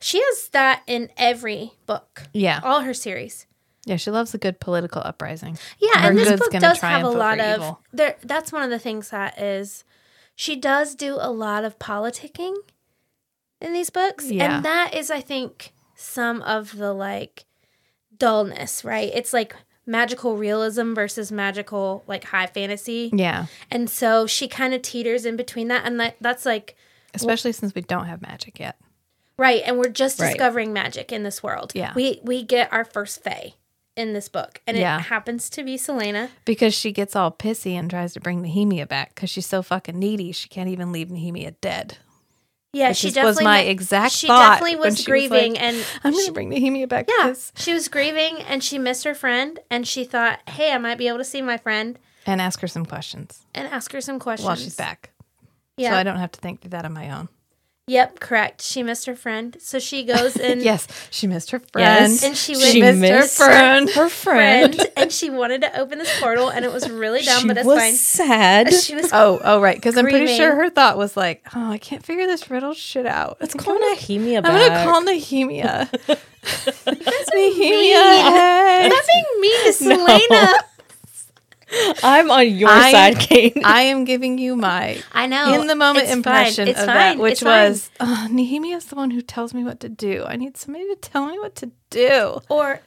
Speaker 3: she has that in every book,
Speaker 1: Yeah.
Speaker 3: all her series.
Speaker 1: Yeah, she loves a good political uprising.
Speaker 3: Yeah,
Speaker 1: Her
Speaker 3: and this
Speaker 1: good's
Speaker 3: book
Speaker 1: gonna
Speaker 3: does
Speaker 1: triumph
Speaker 3: have a
Speaker 1: over
Speaker 3: lot of.
Speaker 1: evil.
Speaker 3: There, that's one of the things that is, she does do a lot of politicking in these books,
Speaker 1: Yeah.
Speaker 3: and that is, I think, some of the like dullness. Right? It's like magical realism versus magical like high fantasy,
Speaker 1: Yeah.
Speaker 3: and so she kind of teeters in between that, and that that's like
Speaker 1: Especially since we don't have magic yet.
Speaker 3: Right, and we're just
Speaker 4: Right.
Speaker 3: discovering magic in this world.
Speaker 1: Yeah.
Speaker 3: we we get our first Fae in this book, and
Speaker 1: Yeah.
Speaker 3: it happens to be Selena.
Speaker 1: Because she gets all pissy and tries to bring Nehemia back because she's so fucking needy. She can't even leave Nehemia dead.
Speaker 3: Yeah,
Speaker 1: Which
Speaker 3: she
Speaker 1: is- was
Speaker 3: definitely
Speaker 1: my
Speaker 3: wa-
Speaker 1: exact
Speaker 3: She
Speaker 1: thought
Speaker 3: definitely
Speaker 1: when
Speaker 3: was
Speaker 1: she was like,
Speaker 3: grieving, and
Speaker 1: I'm going
Speaker 3: she,
Speaker 1: to bring Nehemia back.
Speaker 3: yeah,
Speaker 1: Yeah.
Speaker 3: she was grieving, and she missed her friend, and she thought, "Hey, I might be able to see my friend
Speaker 1: And ask her some questions
Speaker 3: and ask her some questions
Speaker 1: while she's back.
Speaker 3: Yeah,
Speaker 1: So I don't have to think through that on my own.
Speaker 3: yep, correct. She missed her friend, so she goes and
Speaker 1: Yes, she missed her friend.
Speaker 4: Yes.
Speaker 3: and she
Speaker 1: She
Speaker 3: went
Speaker 1: missed, her friend.
Speaker 4: her friend.
Speaker 3: friend, and she wanted to open this portal, and it was really dumb,
Speaker 4: she
Speaker 3: but it's
Speaker 4: was
Speaker 3: fine.
Speaker 4: sad.
Speaker 3: She was
Speaker 1: Oh, oh, right. Because I'm pretty
Speaker 3: Screaming.
Speaker 1: sure her thought was like, "Oh, I can't figure this riddle shit out. Let's
Speaker 4: Call Nehemia
Speaker 1: I'm gonna
Speaker 4: back.
Speaker 1: call Nehemia.
Speaker 3: mean.
Speaker 1: Nehemia, hey.
Speaker 3: Stop being mean to Selena.
Speaker 4: I'm on your
Speaker 1: I-
Speaker 4: side, Kate.
Speaker 1: I am giving you my
Speaker 3: I know.
Speaker 1: in the moment
Speaker 3: It's fine.
Speaker 1: impression
Speaker 3: It's
Speaker 1: of
Speaker 3: fine.
Speaker 1: that, which
Speaker 3: It's fine.
Speaker 1: was oh, Nehemia is the one who tells me what to do. I need somebody to tell me what to do.
Speaker 3: or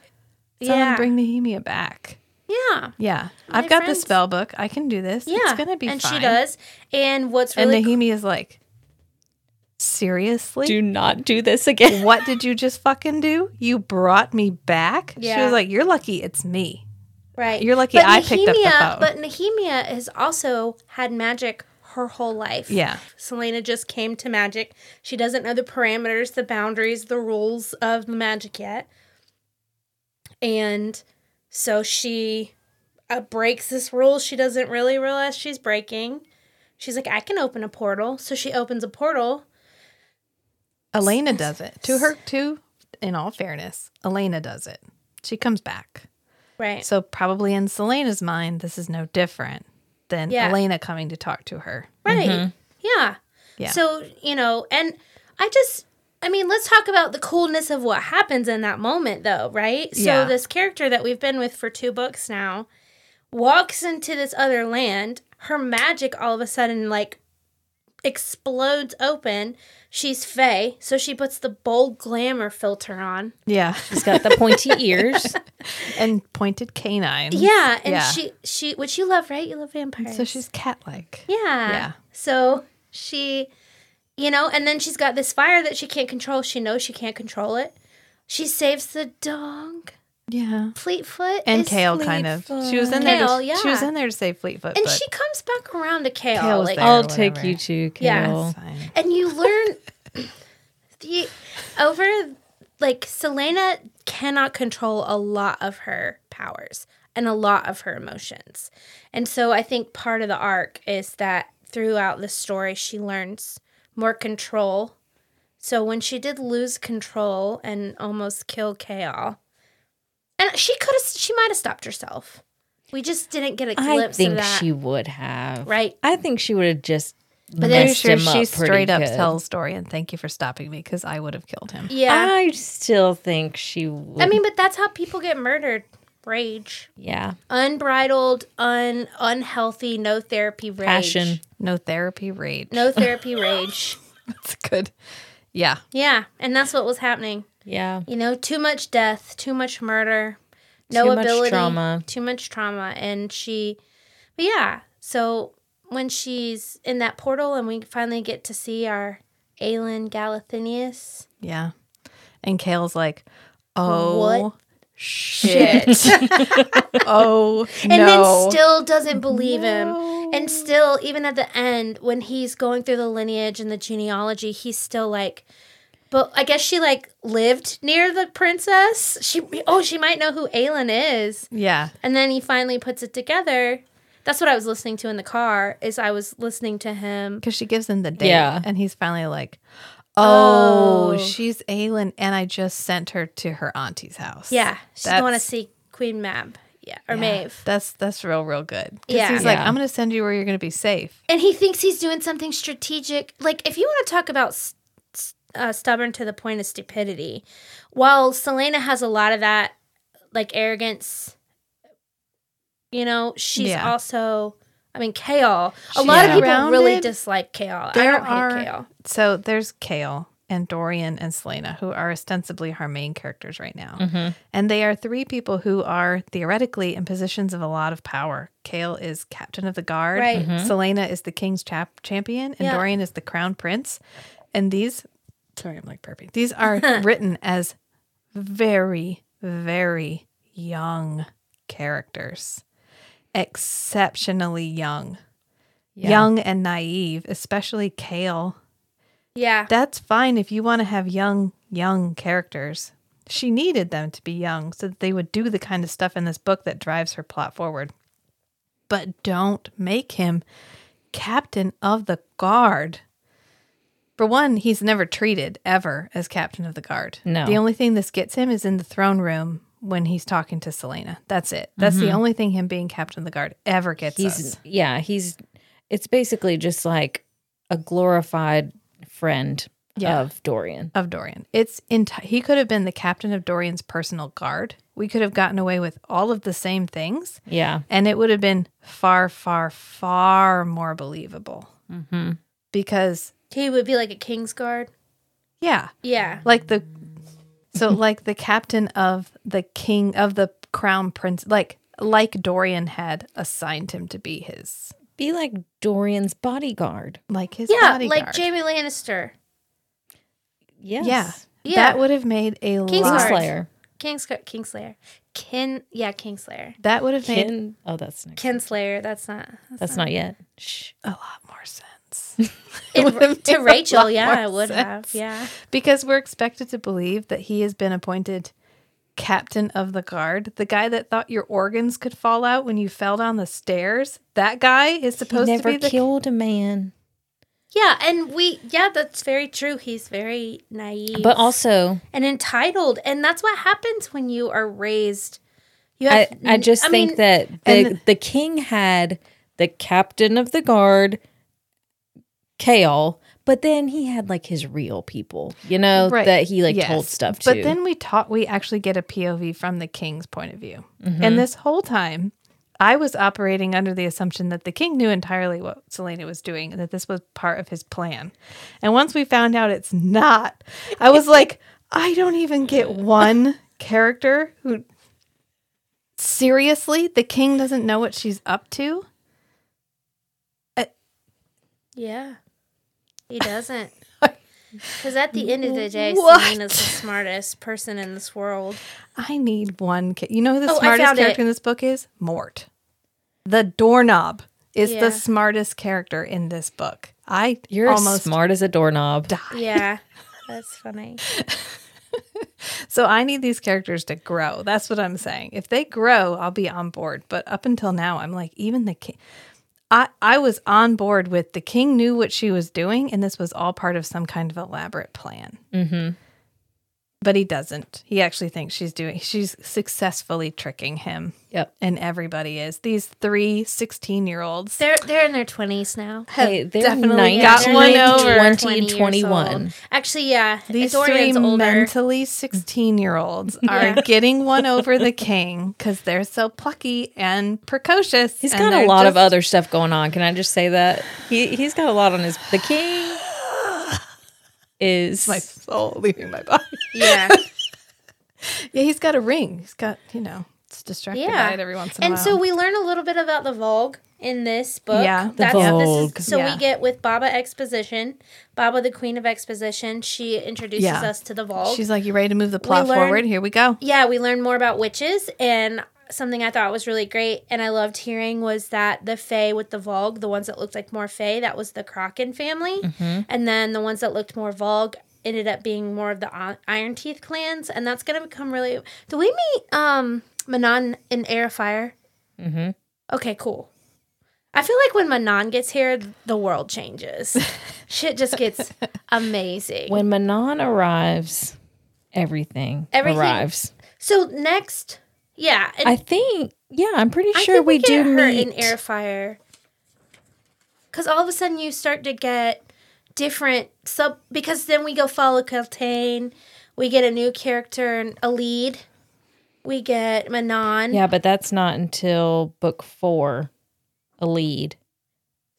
Speaker 1: Someone
Speaker 3: yeah,
Speaker 1: bring Nehemia back.
Speaker 3: yeah,
Speaker 1: Yeah, I've got
Speaker 3: friends.
Speaker 1: the spell book. I can do this.
Speaker 3: yeah.
Speaker 1: it's gonna be
Speaker 3: and
Speaker 1: fine.
Speaker 3: she does. And what's
Speaker 1: And
Speaker 3: really
Speaker 1: Nehemia is like, seriously,
Speaker 4: Do not do this again.
Speaker 1: what did you just fucking do? You brought me back. She
Speaker 3: Yeah.
Speaker 1: was like, you're lucky. It's me.
Speaker 3: cool- right?
Speaker 1: you're lucky I picked up the phone.
Speaker 3: But Nehemia has also had magic her whole life.
Speaker 1: Yeah.
Speaker 3: Selena just came to magic. She doesn't know the parameters, the boundaries, the rules of magic yet. And so she uh, breaks this rule she doesn't really realize she's breaking. She's like, I can open a portal. So she opens a portal.
Speaker 1: Elena does it to her too. In all fairness, Elena does it. She comes back.
Speaker 3: Right.
Speaker 1: So probably in Selena's mind, this is no different than
Speaker 3: Yeah.
Speaker 1: Elena coming to talk to her.
Speaker 3: Right. Yeah.
Speaker 1: Mm-hmm. Yeah.
Speaker 3: So, you know, and I just I mean, let's talk about the coolness of what happens in that moment though, right?
Speaker 1: Yeah.
Speaker 3: So this character that we've been with for two books now walks into this other land, her magic all of a sudden like explodes open. She's Fae, so she puts the bold glamour filter on.
Speaker 1: Yeah,
Speaker 4: She's got the pointy ears.
Speaker 1: and pointed canines.
Speaker 3: Yeah, and
Speaker 1: Yeah.
Speaker 3: she she which you love, right? You love vampires.
Speaker 1: So she's cat-like.
Speaker 3: Yeah.
Speaker 1: Yeah.
Speaker 3: So she, you know, and then she's got this fire that she can't control. She knows she can't control it. She saves the dog.
Speaker 1: Yeah.
Speaker 3: Fleetfoot
Speaker 1: And
Speaker 3: is-
Speaker 1: Kale, kind of. She was in there.
Speaker 3: Kale,
Speaker 1: to,
Speaker 3: yeah.
Speaker 1: She was in there to say Fleetfoot.
Speaker 3: and
Speaker 1: but
Speaker 3: she comes back around to Kale.
Speaker 1: Kale was
Speaker 3: like,
Speaker 1: there.
Speaker 4: I'll
Speaker 1: Or
Speaker 4: take
Speaker 1: whatever.
Speaker 4: you to Kale.
Speaker 3: Yeah.
Speaker 1: That's fine.
Speaker 3: And you learn the over like Selena cannot control a lot of her powers and a lot of her emotions. And so I think part of the arc is that throughout the story she learns more control. So when she did lose control and almost kill Kaol, and she could have she might have stopped herself. We just didn't get a
Speaker 4: I
Speaker 3: glimpse of
Speaker 4: think
Speaker 3: that.
Speaker 4: she would have.
Speaker 3: right.
Speaker 4: I think she would have just. But
Speaker 1: But I'm
Speaker 4: then
Speaker 1: sure she straight up
Speaker 4: good.
Speaker 1: tells story and thank you for stopping me because I would have killed him.
Speaker 3: Yeah.
Speaker 4: I still think she would.
Speaker 3: I mean, but that's how people get murdered. Rage.
Speaker 4: yeah,
Speaker 3: Unbridled, un unhealthy, no therapy rage.
Speaker 4: passion.
Speaker 1: No therapy rage.
Speaker 3: No therapy rage.
Speaker 1: That's good. Yeah.
Speaker 3: Yeah. And that's what was happening.
Speaker 4: Yeah,
Speaker 3: You know, too much death, too much murder, no
Speaker 4: Too much
Speaker 3: ability.
Speaker 4: trauma.
Speaker 3: Too much trauma. And she but yeah. So when she's in that portal and we finally get to see our Aelin Galathinius.
Speaker 1: Yeah. And Kale's like, oh,
Speaker 3: What?
Speaker 1: shit. oh,
Speaker 3: And
Speaker 1: no.
Speaker 3: then still doesn't believe
Speaker 1: No.
Speaker 3: him. And still, even at the end, when he's going through the lineage and the genealogy, he's still like, but I guess she like lived near the princess. She oh she might know who Aelin is.
Speaker 1: yeah.
Speaker 3: And then he finally puts it together. That's what I was listening to in the car. Is I was listening to him.
Speaker 1: Because she gives him the date.
Speaker 4: Yeah.
Speaker 1: And he's finally like, oh,
Speaker 3: Oh.
Speaker 1: she's Aelin. And I just sent her to her auntie's house.
Speaker 3: Yeah, she's
Speaker 1: That's-
Speaker 3: going to see Queen Mab. yeah, or Maeve.
Speaker 1: That's that's real, real good. Yeah.
Speaker 3: Yeah.
Speaker 1: He's like,
Speaker 4: Yeah.
Speaker 1: I'm gonna send you where you're gonna be safe.
Speaker 3: And he thinks he's doing something strategic. Like, if you want to talk about s- s- uh, stubborn to the point of stupidity, while Selena has a lot of that, like arrogance, you know, she's
Speaker 1: Yeah.
Speaker 3: also, I mean, Kale. A lot of
Speaker 1: She's
Speaker 3: people really
Speaker 1: surrounded.
Speaker 3: dislike Kale.
Speaker 1: There
Speaker 3: I don't
Speaker 1: are-
Speaker 3: hate Kale.
Speaker 1: So there's Kale and Dorian and Selena, who are ostensibly our main characters right now.
Speaker 4: Mhm.
Speaker 1: And they are three people who are theoretically in positions of a lot of power. Kale is captain of the guard.
Speaker 3: Right.
Speaker 1: Selena is the king's chap- champion, and
Speaker 3: Yeah.
Speaker 1: Dorian is the crown prince. And these, sorry, I'm like burping. These are written as very, very young characters, exceptionally young,
Speaker 4: Yeah.
Speaker 1: young and naive, especially Kale
Speaker 3: Yeah.
Speaker 1: that's fine if you want to have young, young characters. She needed them to be young so that they would do the kind of stuff in this book that drives her plot forward. But don't make him captain of the guard. For one, he's never treated ever as captain of the guard.
Speaker 4: No.
Speaker 1: The only thing this gets him is in the throne room when he's talking to Selena. That's it. That's the only thing him being captain of the guard ever gets
Speaker 4: Mm-hmm. He's
Speaker 1: us.
Speaker 4: yeah, he's it's basically just like a glorified friend
Speaker 1: Yeah.
Speaker 4: of Dorian.
Speaker 1: of Dorian. It's enti- he could have been the captain of Dorian's personal guard. We could have gotten away with all of the same things
Speaker 4: Yeah.
Speaker 1: and it would have been far far far more believable.
Speaker 4: Mm-hmm.
Speaker 1: Because
Speaker 3: He would be like a king's guard.
Speaker 1: yeah,
Speaker 3: Yeah.
Speaker 1: like the so like the captain of the king of the crown prince like like Dorian had assigned him to be his
Speaker 4: Be like Dorian's bodyguard.
Speaker 1: like his
Speaker 3: Yeah.
Speaker 1: bodyguard.
Speaker 3: Like Jamie Lannister.
Speaker 4: Yes.
Speaker 1: Yeah.
Speaker 3: Yeah.
Speaker 1: That would have made a lot
Speaker 3: Kingsguard.
Speaker 4: Kingslayer.
Speaker 3: King's Kingslayer. Kin yeah, Kingslayer.
Speaker 1: that would have made
Speaker 4: Kin- oh, that's next.
Speaker 3: Kinslayer, that's not
Speaker 4: That's not yet. Shh.
Speaker 1: a lot more sense.
Speaker 3: It-
Speaker 1: would have made
Speaker 3: to
Speaker 1: a
Speaker 3: Rachel,
Speaker 1: lot
Speaker 3: yeah,
Speaker 1: more
Speaker 3: I would
Speaker 1: sense.
Speaker 3: have. Yeah.
Speaker 1: because we're expected to believe that he has been appointed captain of the guard the guy that thought your organs could fall out when you fell down the stairs that guy is
Speaker 4: He
Speaker 1: supposed to
Speaker 4: never
Speaker 1: be the
Speaker 4: killed a man.
Speaker 3: Yeah, and we yeah, that's very true. He's very naive.
Speaker 4: But also,
Speaker 3: and entitled. And that's what happens when you are raised. You
Speaker 4: I, I
Speaker 3: n-
Speaker 4: just think
Speaker 3: mean,
Speaker 4: that the,
Speaker 1: mm, and-
Speaker 4: the king had the captain of the guard, Kale, but then he had like his real people, you know,
Speaker 1: Right.
Speaker 4: that he like told
Speaker 1: Yes.
Speaker 4: stuff to.
Speaker 1: but then we taught we actually get a pov from the king's point of view
Speaker 4: Mm-hmm.
Speaker 1: and this whole time i was operating under the assumption that the king knew entirely what selena was doing and that this was part of his plan and once we found out it's not i was like i don't even get one character who seriously the king doesn't know what she's up to
Speaker 3: Yeah. He doesn't. Because at the end of the day,
Speaker 1: What?
Speaker 3: Selena's the smartest person in this world.
Speaker 1: I need one. Ca- you know who the
Speaker 3: Oh, I
Speaker 1: smartest
Speaker 3: found
Speaker 1: character
Speaker 3: it.
Speaker 1: in this book is? Mort. The doorknob is
Speaker 3: Yeah.
Speaker 1: the smartest character in this book. I
Speaker 4: you're
Speaker 1: almost
Speaker 4: smart as a doorknob.
Speaker 1: die.
Speaker 3: Yeah. That's funny.
Speaker 1: So I need these characters to grow. That's what I'm saying. If they grow, I'll be on board. But up until now, I'm like, even the king. I, I was on board with the king knew what she was doing, and this was all part of some kind of elaborate plan.
Speaker 4: Mm-hmm.
Speaker 1: But he doesn't. He actually thinks she's doing, she's successfully tricking him.
Speaker 4: Yep.
Speaker 1: and everybody is. These three 16 year olds.
Speaker 3: They're they're in their twenties now.
Speaker 4: Hey, they're
Speaker 1: definitely
Speaker 4: 19,
Speaker 1: got
Speaker 3: They're
Speaker 1: one
Speaker 3: 19,
Speaker 1: over.
Speaker 4: 20,
Speaker 3: 20 years
Speaker 4: 21.
Speaker 3: old. Actually, yeah.
Speaker 1: These three
Speaker 3: Dorian's older.
Speaker 1: mentally 16 year olds are
Speaker 3: Yeah.
Speaker 1: getting one over the king because they're so plucky and precocious.
Speaker 4: He's
Speaker 1: and
Speaker 4: got a
Speaker 1: they're
Speaker 4: lot of
Speaker 1: just-
Speaker 4: other stuff going on. Can I just say that? He, he's got a lot on his. The king is.
Speaker 1: My soul leaving my body.
Speaker 3: yeah.
Speaker 1: Yeah, he's got a ring. He's got, you know, it's distracted
Speaker 3: Yeah.
Speaker 1: by it every once in a
Speaker 3: And
Speaker 1: while.
Speaker 3: so we learn a little bit about the Vogue in this book.
Speaker 1: Yeah. The
Speaker 4: Vogue.
Speaker 3: This is, so
Speaker 1: Yeah.
Speaker 3: we get with Baba Exposition, Baba the Queen of Exposition. She introduces
Speaker 1: Yeah.
Speaker 3: us to the Vogue.
Speaker 1: She's like, You ready to move the plot
Speaker 3: learn-
Speaker 1: forward? Here we go.
Speaker 3: yeah, we learn more about witches and something I thought was really great and I loved hearing was that the Fae with the Vogue, the ones that looked like more Fae, that was the Kraken family.
Speaker 4: Mm-hmm.
Speaker 3: And then the ones that looked more Vogue ended up being more of the I- Iron Teeth clans. And that's going to become really. Do we meet um, Manon in Air of Fire?
Speaker 4: Mhm.
Speaker 3: Okay, cool. I feel like when Manon gets here, the world changes. Shit just gets amazing.
Speaker 4: When Manon arrives, everything,
Speaker 3: Everything-
Speaker 4: arrives.
Speaker 3: so next, yeah, and
Speaker 4: I think
Speaker 5: yeah, I'm pretty
Speaker 3: I
Speaker 5: sure
Speaker 3: think
Speaker 5: we, do
Speaker 3: get her
Speaker 5: meet.
Speaker 3: in air fire. Because all of a sudden you start to get different sub. Because then we go follow Cultain. We get a new character and a lead. We get Manon.
Speaker 4: Yeah, but that's not until book four, a lead.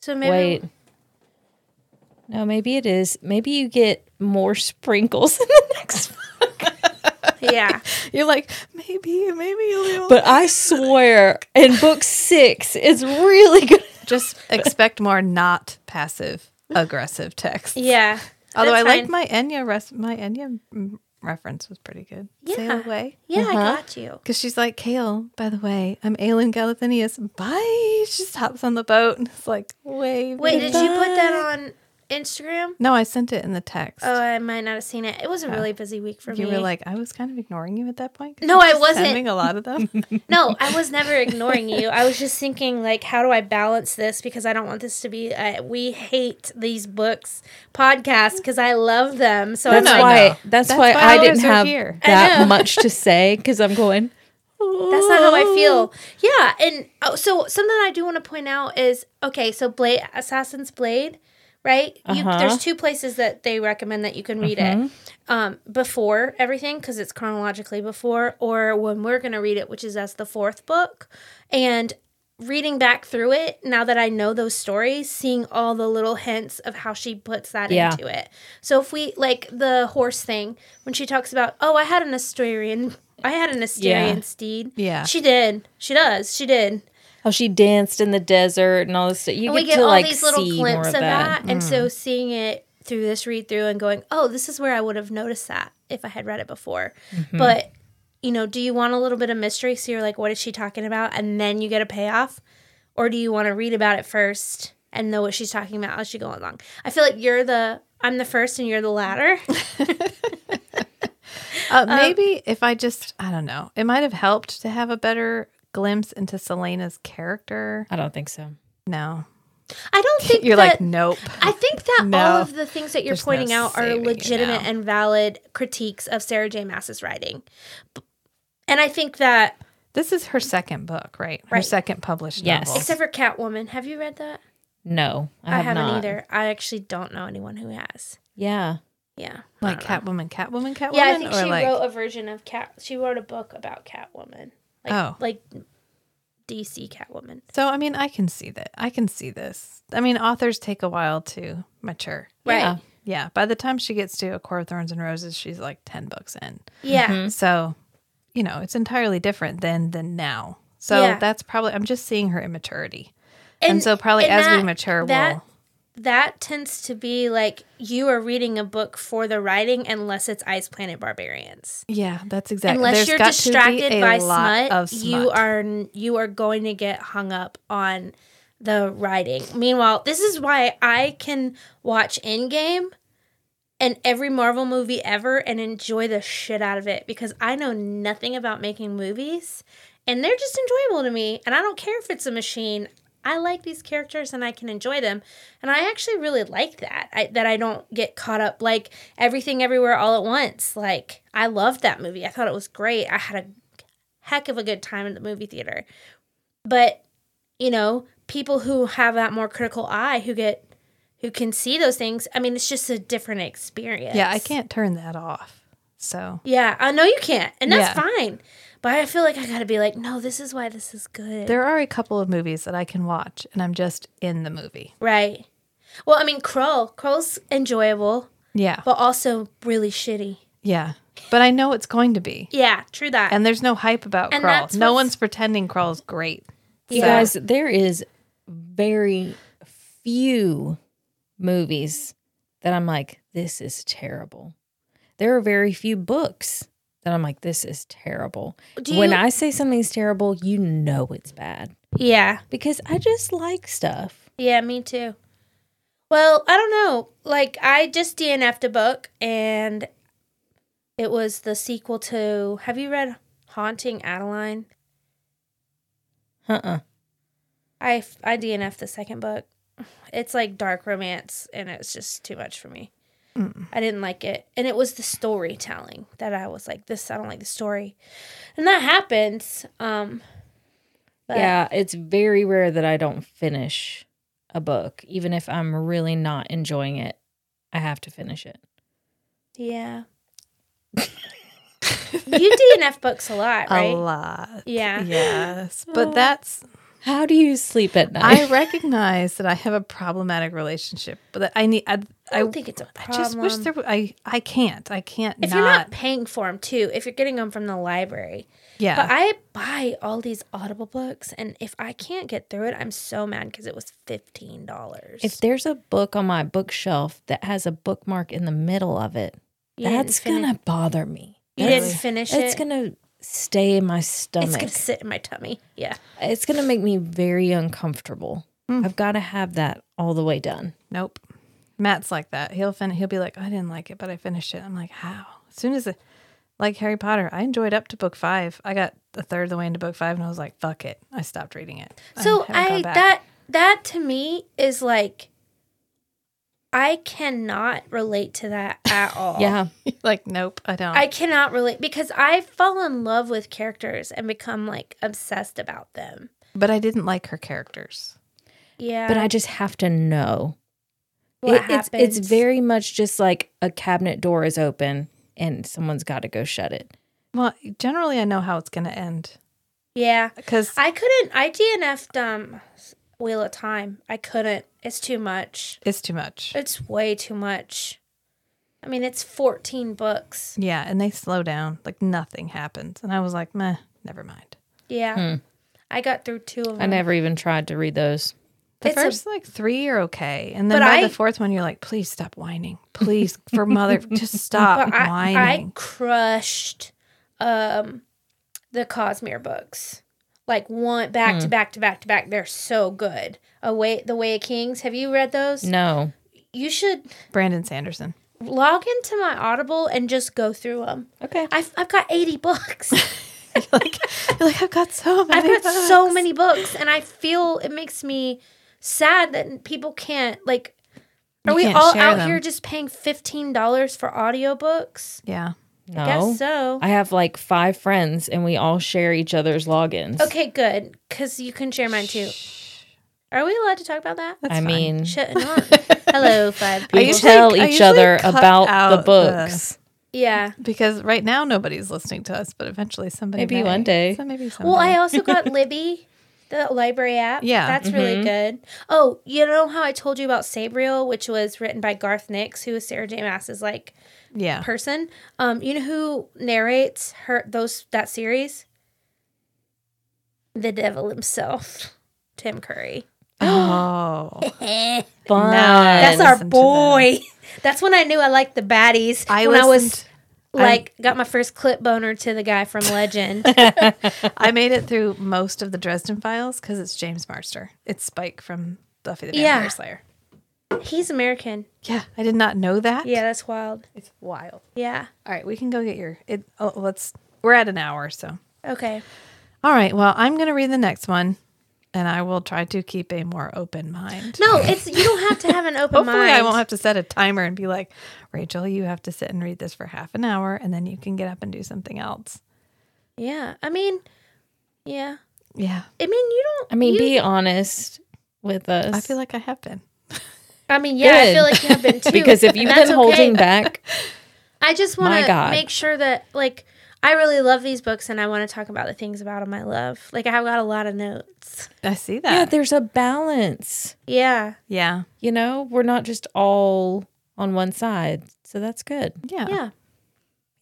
Speaker 3: So maybe
Speaker 4: Wait. No, maybe it is. Maybe you get more sprinkles in the next one.
Speaker 3: yeah.
Speaker 1: You're like, maybe, maybe a little.
Speaker 4: But I swear, in book six, it's really good.
Speaker 1: Just expect more not passive aggressive text.
Speaker 3: Yeah.
Speaker 1: Although I
Speaker 3: That's
Speaker 1: liked
Speaker 3: fine.
Speaker 1: my Enya res- my Enya mm, reference was pretty good. Sail
Speaker 3: Yeah.
Speaker 1: away.
Speaker 3: Yeah, I got you.
Speaker 1: Because she's like, Kale, by the way, I'm Aelin Galathinius. Bye. She just hops on the boat and it's like, wave.
Speaker 3: Wait, did
Speaker 1: goodbye.
Speaker 3: you put that on Instagram?
Speaker 1: No, I sent it in the text.
Speaker 3: Oh, I might not have seen it. It was a really busy week for
Speaker 1: you
Speaker 3: me.
Speaker 1: were like, I was kind of ignoring you at that point. 'cause
Speaker 3: No,
Speaker 1: you're
Speaker 3: I
Speaker 1: just
Speaker 3: wasn't.
Speaker 1: Sending a lot of them.
Speaker 3: No, I was never ignoring you. I was just thinking, like, how do I balance this? Because I don't want this to be. Uh, we hate these books podcasts because I love them. So
Speaker 4: That's
Speaker 3: I'm like,
Speaker 4: why. That's, why,
Speaker 1: why
Speaker 4: I
Speaker 1: ours
Speaker 4: didn't
Speaker 1: are
Speaker 4: have
Speaker 1: here.
Speaker 3: I know.
Speaker 4: that much to say because I'm going.
Speaker 3: that's not how I
Speaker 4: Oh.
Speaker 3: feel. Yeah, and oh, so something I do want to point out is okay. So Blade, Assassin's Blade, right? You,
Speaker 4: Uh-huh. Mm-hmm.
Speaker 3: There's two places that they recommend that you can read it um, before everything because it's chronologically before, or when we're gonna read it, which is as the fourth book, and. Reading back through it now that I know those stories, seeing all the little hints of how she puts that
Speaker 4: Yeah.
Speaker 3: into it. So if we like the horse thing, when she talks about, oh, I had an Asturian, I had an Asturian steed.
Speaker 1: Yeah.
Speaker 3: She did. She does. She did.
Speaker 4: How "Oh, she danced in the desert and all this stuff. You
Speaker 3: And
Speaker 4: get,
Speaker 3: we get
Speaker 4: to
Speaker 3: all
Speaker 4: like
Speaker 3: these little
Speaker 4: see more
Speaker 3: glimpses
Speaker 4: of
Speaker 3: of that. And so seeing it through this read through and going, oh, this is where I would have noticed that if I had read it before. But, you know, do you want a little bit of mystery? So you're like, what is she talking about? And then you get a payoff? Or do you want to read about it first and know what she's talking about as you go along? I feel like you're the. I'm the first and you're the latter.
Speaker 1: Uh,
Speaker 3: Um,
Speaker 1: maybe if I just, I don't know, it might have helped to have a better glimpse into Selena's character.
Speaker 4: I don't think so.
Speaker 1: No.
Speaker 3: I don't think
Speaker 1: You're
Speaker 3: that,
Speaker 1: like, nope.
Speaker 3: I think that
Speaker 1: No.
Speaker 3: all of the things that you're
Speaker 1: There's no
Speaker 3: pointing out are
Speaker 1: saving you
Speaker 3: legitimate
Speaker 1: now.
Speaker 3: and valid critiques of Sarah J. Mass's writing. B- And I think that,
Speaker 1: This is her second book, right? Her
Speaker 3: Right.
Speaker 1: second published
Speaker 4: Yes.
Speaker 1: novel.
Speaker 3: except for Catwoman, have you read that?
Speaker 4: No, I, have
Speaker 3: haven't
Speaker 4: not.
Speaker 3: either. I actually don't know anyone who has.
Speaker 4: Yeah.
Speaker 3: Yeah.
Speaker 1: like Catwoman, Catwoman, Catwoman.
Speaker 3: yeah, I think
Speaker 1: or
Speaker 3: she
Speaker 1: like,
Speaker 3: wrote a version of Cat. She wrote a book about Catwoman. Like,
Speaker 1: Oh.
Speaker 3: Like DC Catwoman.
Speaker 1: So I mean, I can see that. I can see this. I mean, authors take a while to mature.
Speaker 3: Right.
Speaker 4: Yeah.
Speaker 3: Yeah.
Speaker 1: Yeah. By the time she gets to A Court of Thorns and Roses, she's like ten books in. Mm-hmm.
Speaker 3: Yeah.
Speaker 1: So, you know, it's entirely different than than now. So
Speaker 3: Yeah.
Speaker 1: that's probably I'm just seeing her immaturity. And, so probably
Speaker 3: and
Speaker 1: as we
Speaker 3: that-
Speaker 1: mature,
Speaker 3: that
Speaker 1: we'll
Speaker 3: that tends to be like you are reading a book for the writing unless it's Ice Planet Barbarians.
Speaker 1: yeah, that's exactly.
Speaker 3: Unless
Speaker 1: There's
Speaker 3: you're
Speaker 1: got to be
Speaker 3: distracted
Speaker 1: a
Speaker 3: by
Speaker 1: lot
Speaker 3: smut,
Speaker 1: of
Speaker 3: you are n- you are going to get hung up on the writing. Meanwhile, this is why I can watch Endgame and every Marvel movie ever and enjoy the shit out of it because I know nothing about making movies and they're just enjoyable to me and I don't care if it's a machine. I like these characters and I can enjoy them and I actually really like that. I, that I don't get caught up like everything everywhere all at once. Like I loved that movie. I thought it was great. I had a heck of a good time at the movie theater. But you know, people who have that more critical eye who get who can see those things. I mean, it's just a different experience.
Speaker 1: Yeah, I can't turn that off. So
Speaker 3: Yeah, I know you can't, and that's
Speaker 1: Yeah.
Speaker 3: fine. But I feel like I gotta be like, no, this is why this is good.
Speaker 1: there are a couple of movies that I can watch, and I'm just in the movie.
Speaker 3: right. Well, I mean, Krull. Krull's enjoyable,
Speaker 1: Yeah,
Speaker 3: but also really shitty.
Speaker 1: yeah. But I know it's going to be,
Speaker 3: Yeah, true that.
Speaker 1: and there's no hype about
Speaker 3: And
Speaker 1: Crawl.
Speaker 3: that's
Speaker 1: No
Speaker 3: what's-
Speaker 1: one's pretending Crawl's great.
Speaker 4: You
Speaker 3: Yeah.
Speaker 4: guys, there is very few movies that I'm like, this is terrible. There are very few books that I'm like, this is terrible.
Speaker 3: Do
Speaker 4: when
Speaker 3: you-
Speaker 4: I say something's terrible, you know it's bad
Speaker 3: yeah,
Speaker 4: because I just like stuff.
Speaker 3: yeah, me too. Well, I don't know. Like, I just DNF'd a book, and it was the sequel to. Have you read Haunting Adeline?
Speaker 4: Uh uh
Speaker 3: I I DNF the second book. It's like dark romance, and it's just too much for me. I didn't like it, and it was the storytelling that I was like, "This I don't like the story," and that happens. Um, But
Speaker 4: yeah, it's very rare that I don't finish a book, even if I'm really not enjoying it. I have to finish it.
Speaker 3: Yeah. you DNF books a lot, right?
Speaker 1: A lot.
Speaker 3: Yeah.
Speaker 1: Yes. But that's
Speaker 4: How do you sleep at night?
Speaker 1: I recognize that I have a problematic relationship, but that I need I
Speaker 3: I
Speaker 1: I,
Speaker 3: don't think it's a
Speaker 1: I
Speaker 3: problem.
Speaker 1: just wish there w- I I can't. I can't
Speaker 3: If
Speaker 1: not,
Speaker 3: you're not paying for them too, if you're getting them from the library.
Speaker 1: Yeah.
Speaker 3: But I buy all these Audible books, and if I can't get through it, I'm so mad because it was fifteen dollars.
Speaker 4: if there's a book on my bookshelf that has a bookmark in the middle of it, that's gonna bother me.
Speaker 3: you
Speaker 4: That's-
Speaker 3: didn't finish
Speaker 4: It's
Speaker 3: it,
Speaker 4: gonna stay in my
Speaker 3: it's
Speaker 4: stomach.
Speaker 3: gonna sit in my tummy. Yeah,
Speaker 4: It's gonna make me very uncomfortable.
Speaker 3: Hmm.
Speaker 4: I've got to have that all the way done.
Speaker 1: Nope. Matt's like that. He'll fin- he'll be like, I didn't like it, but I finished it. I'm like, how? As soon as it, like Harry Potter, I enjoyed up to book five. I got a third of the way into book five, and I was like, fuck it. I stopped reading it.
Speaker 3: so
Speaker 1: haven't
Speaker 3: I
Speaker 1: gone back.
Speaker 3: that that to me is like. I cannot relate to that at all.
Speaker 4: Yeah,
Speaker 1: like, nope, I don't.
Speaker 3: I cannot relate because I fall in love with characters and become like obsessed about them.
Speaker 1: but I didn't like her characters.
Speaker 3: Yeah.
Speaker 4: but I just have to know.
Speaker 3: what
Speaker 4: It- it's, it's
Speaker 3: happens.
Speaker 4: very much just like a cabinet door is open and someone's got to go shut it.
Speaker 1: Well, generally, I know how it's going to end
Speaker 3: Yeah.
Speaker 1: because
Speaker 3: I couldn't. I DNF'd um, Wheel of Time. I couldn't. It's too much.
Speaker 1: it's too much.
Speaker 3: It's way too much. I mean, it's 14 books.
Speaker 1: Yeah, and they slow down. Like nothing happens, and I was like, meh, never mind.
Speaker 3: Yeah. I got through two of them.
Speaker 4: Hmm. I never even tried to read those.
Speaker 1: The
Speaker 3: It's a-
Speaker 1: first like three are okay, and then
Speaker 3: But
Speaker 1: by
Speaker 3: I-
Speaker 1: the fourth one, you're like, "Please stop whining, please, for mother, just stop
Speaker 3: But I, I
Speaker 1: whining."
Speaker 3: crushed um, the Cosmere books. Like one back
Speaker 4: Hmm.
Speaker 3: to back to back to back. They're so good. Away the Way of Kings. Have you read those?
Speaker 4: No,
Speaker 3: You should
Speaker 1: Brandon Sanderson.
Speaker 3: log into my Audible and just go through them.
Speaker 4: okay,
Speaker 3: I've, I've got 80 books.
Speaker 1: You're like, you're like, I've got so many.
Speaker 3: I've got so
Speaker 1: books."
Speaker 3: many books, and I feel it makes me sad that people can't like. Are
Speaker 1: You
Speaker 3: we
Speaker 1: can't
Speaker 3: all
Speaker 1: share
Speaker 3: out
Speaker 1: them.
Speaker 3: here just paying fifteen dollars for audiobooks?
Speaker 1: Yeah,
Speaker 4: no.
Speaker 3: Guess so.
Speaker 4: I have like five friends and we all share each other's logins.
Speaker 3: okay, good, because you can share mine too. Are we allowed to talk about that?
Speaker 1: that's
Speaker 4: I
Speaker 1: fine.
Speaker 4: mean,
Speaker 3: Shut not. Hello, five
Speaker 1: I
Speaker 3: people.
Speaker 4: we
Speaker 1: usually-
Speaker 4: tell
Speaker 1: I
Speaker 4: each
Speaker 1: usually
Speaker 4: other
Speaker 1: cut
Speaker 4: about the
Speaker 1: out the-
Speaker 4: books.
Speaker 3: yeah.
Speaker 1: because right now nobody's listening to us, but eventually somebody.
Speaker 4: Maybe
Speaker 1: may.
Speaker 4: one day.
Speaker 1: So maybe someday.
Speaker 3: Well, I also got Libby, the library app.
Speaker 1: Yeah. mm-hmm.
Speaker 3: That's really good. Oh, you know how I told you about Sabriel, which was written by Garth Nix, who is Sarah J. Mass's like
Speaker 1: yeah.
Speaker 3: person. Um, you know who narrates her those that series? The devil himself, Tim Curry.
Speaker 1: oh,
Speaker 4: Fun.
Speaker 1: Nice.
Speaker 3: That's
Speaker 1: I
Speaker 3: our
Speaker 1: listened to that.
Speaker 3: boy. That's when I knew I liked the baddies.
Speaker 1: I
Speaker 3: when I was
Speaker 1: listened-
Speaker 3: like got my first clip boner to the guy from Legend.
Speaker 1: I made it through most of the Dresden Files because it's James Marster. It's Spike from Buffy the Vampire
Speaker 3: Yeah.
Speaker 1: Slayer.
Speaker 3: He's American.
Speaker 1: Yeah, I did not know that.
Speaker 3: Yeah, that's wild.
Speaker 1: it's wild.
Speaker 3: Yeah.
Speaker 1: All right, we can go get your. It, oh, let's. We're at an hour, so.
Speaker 3: Okay.
Speaker 1: All right. Well, I'm going to read the next one, and I will try to keep a more open mind.
Speaker 3: No, it's you don't have to have an open
Speaker 1: Hopefully,
Speaker 3: mind.
Speaker 1: I won't have to set a timer and be like, Rachel, you have to sit and read this for half an hour, and then you can get up and do something else.
Speaker 3: Yeah. I mean, yeah.
Speaker 1: Yeah,
Speaker 3: I mean, you don't.
Speaker 4: I mean,
Speaker 3: you-
Speaker 4: be honest with us.
Speaker 1: I feel like I have been.
Speaker 3: I mean, yeah. I
Speaker 4: Good.
Speaker 3: feel like you have been too.
Speaker 4: because if
Speaker 3: and
Speaker 4: you've
Speaker 3: that's
Speaker 4: been holding
Speaker 3: okay.
Speaker 4: back,
Speaker 3: I just
Speaker 4: My
Speaker 3: want to
Speaker 4: God.
Speaker 3: make sure that like I really love these books and I want to talk about the things about them I love. Like I've got a lot of notes.
Speaker 1: I see
Speaker 4: yeah,
Speaker 1: that.
Speaker 4: there's a balance.
Speaker 3: Yeah.
Speaker 1: Yeah,
Speaker 4: You know, we're not just all on one side, so that's good.
Speaker 1: yeah, yeah.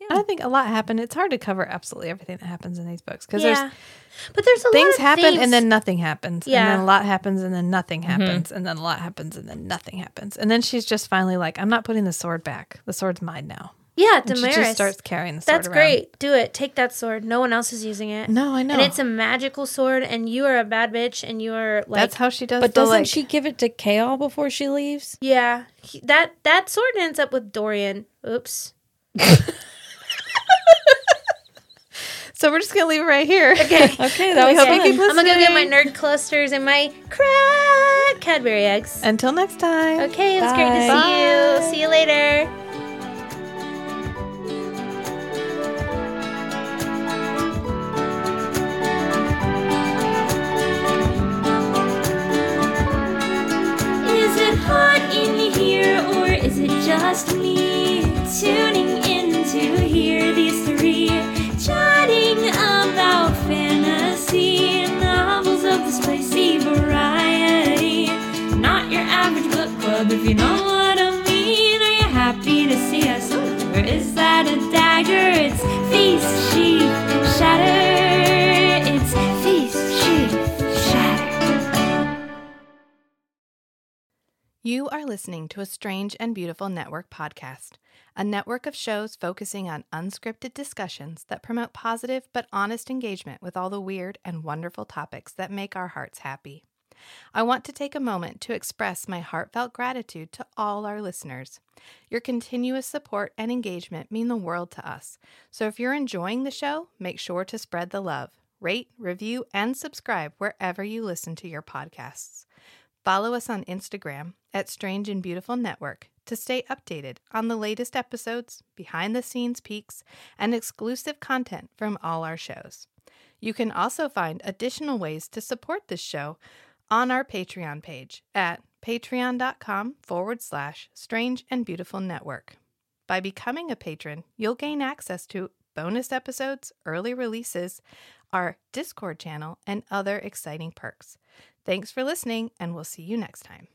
Speaker 3: Yeah.
Speaker 1: I think a lot happened. It's hard to cover absolutely everything that happens in these books because
Speaker 3: yeah.
Speaker 1: there's
Speaker 3: But there's a lot
Speaker 1: things
Speaker 3: of
Speaker 1: happen
Speaker 3: themes.
Speaker 1: and then nothing happens. And then
Speaker 3: Yeah. Mm-hmm.
Speaker 1: a lot happens and then nothing happens. And then a lot happens and then nothing happens. And then she's just finally like, I'm not putting the sword back. The sword's mine now.
Speaker 3: Yeah,
Speaker 1: And
Speaker 3: Damaris.
Speaker 1: She just starts carrying the sword
Speaker 3: That's
Speaker 1: around.
Speaker 3: great. Do it. Take that sword. No one else is using it.
Speaker 1: No, I know.
Speaker 3: And it's a magical sword and you are a bad bitch and you are like
Speaker 1: That's how she does
Speaker 4: But
Speaker 1: the
Speaker 4: doesn't
Speaker 1: like,
Speaker 4: she give it to Kale before she leaves?
Speaker 3: Yeah, he, that that sword ends up with Dorian. Oops.
Speaker 1: So we're just going to leave it right here.
Speaker 3: Okay.
Speaker 4: Okay, that was
Speaker 1: hope you
Speaker 4: fun.
Speaker 1: keep-
Speaker 3: I'm gonna go get my
Speaker 1: listening.
Speaker 3: nerd clusters and my crack Cadbury eggs.
Speaker 1: Until next time.
Speaker 3: Okay, it was great to see
Speaker 1: Bye.
Speaker 3: you. See you later.
Speaker 2: just me tuning in to hear these three chatting about fantasy novels of the spicy variety. Not your average book club, if you know what I mean. Are you happy to see us, or is that a dagger? It's feast, she shatter. It's feast, she shatter.
Speaker 1: You are listening to a Strange and Beautiful Network podcast, a network of shows focusing on unscripted discussions that promote positive but honest engagement with all the weird and wonderful topics that make our hearts happy. I want to take a moment to express my heartfelt gratitude to all our listeners. Your continuous support and engagement mean the world to us. So if you're enjoying the show, make sure to spread the love, rate, review, and subscribe wherever you listen to your podcasts. Follow us on Instagram at Strange and Beautiful Network to stay updated on the latest episodes, behind the scenes peaks, and exclusive content from all our shows. You can also find additional ways to support this show on our Patreon page at patreon.com forward slash strange and beautiful network. By becoming a patron, you'll gain access to bonus episodes, early releases, our Discord channel, and other exciting perks. Thanks for listening, and we'll see you next time.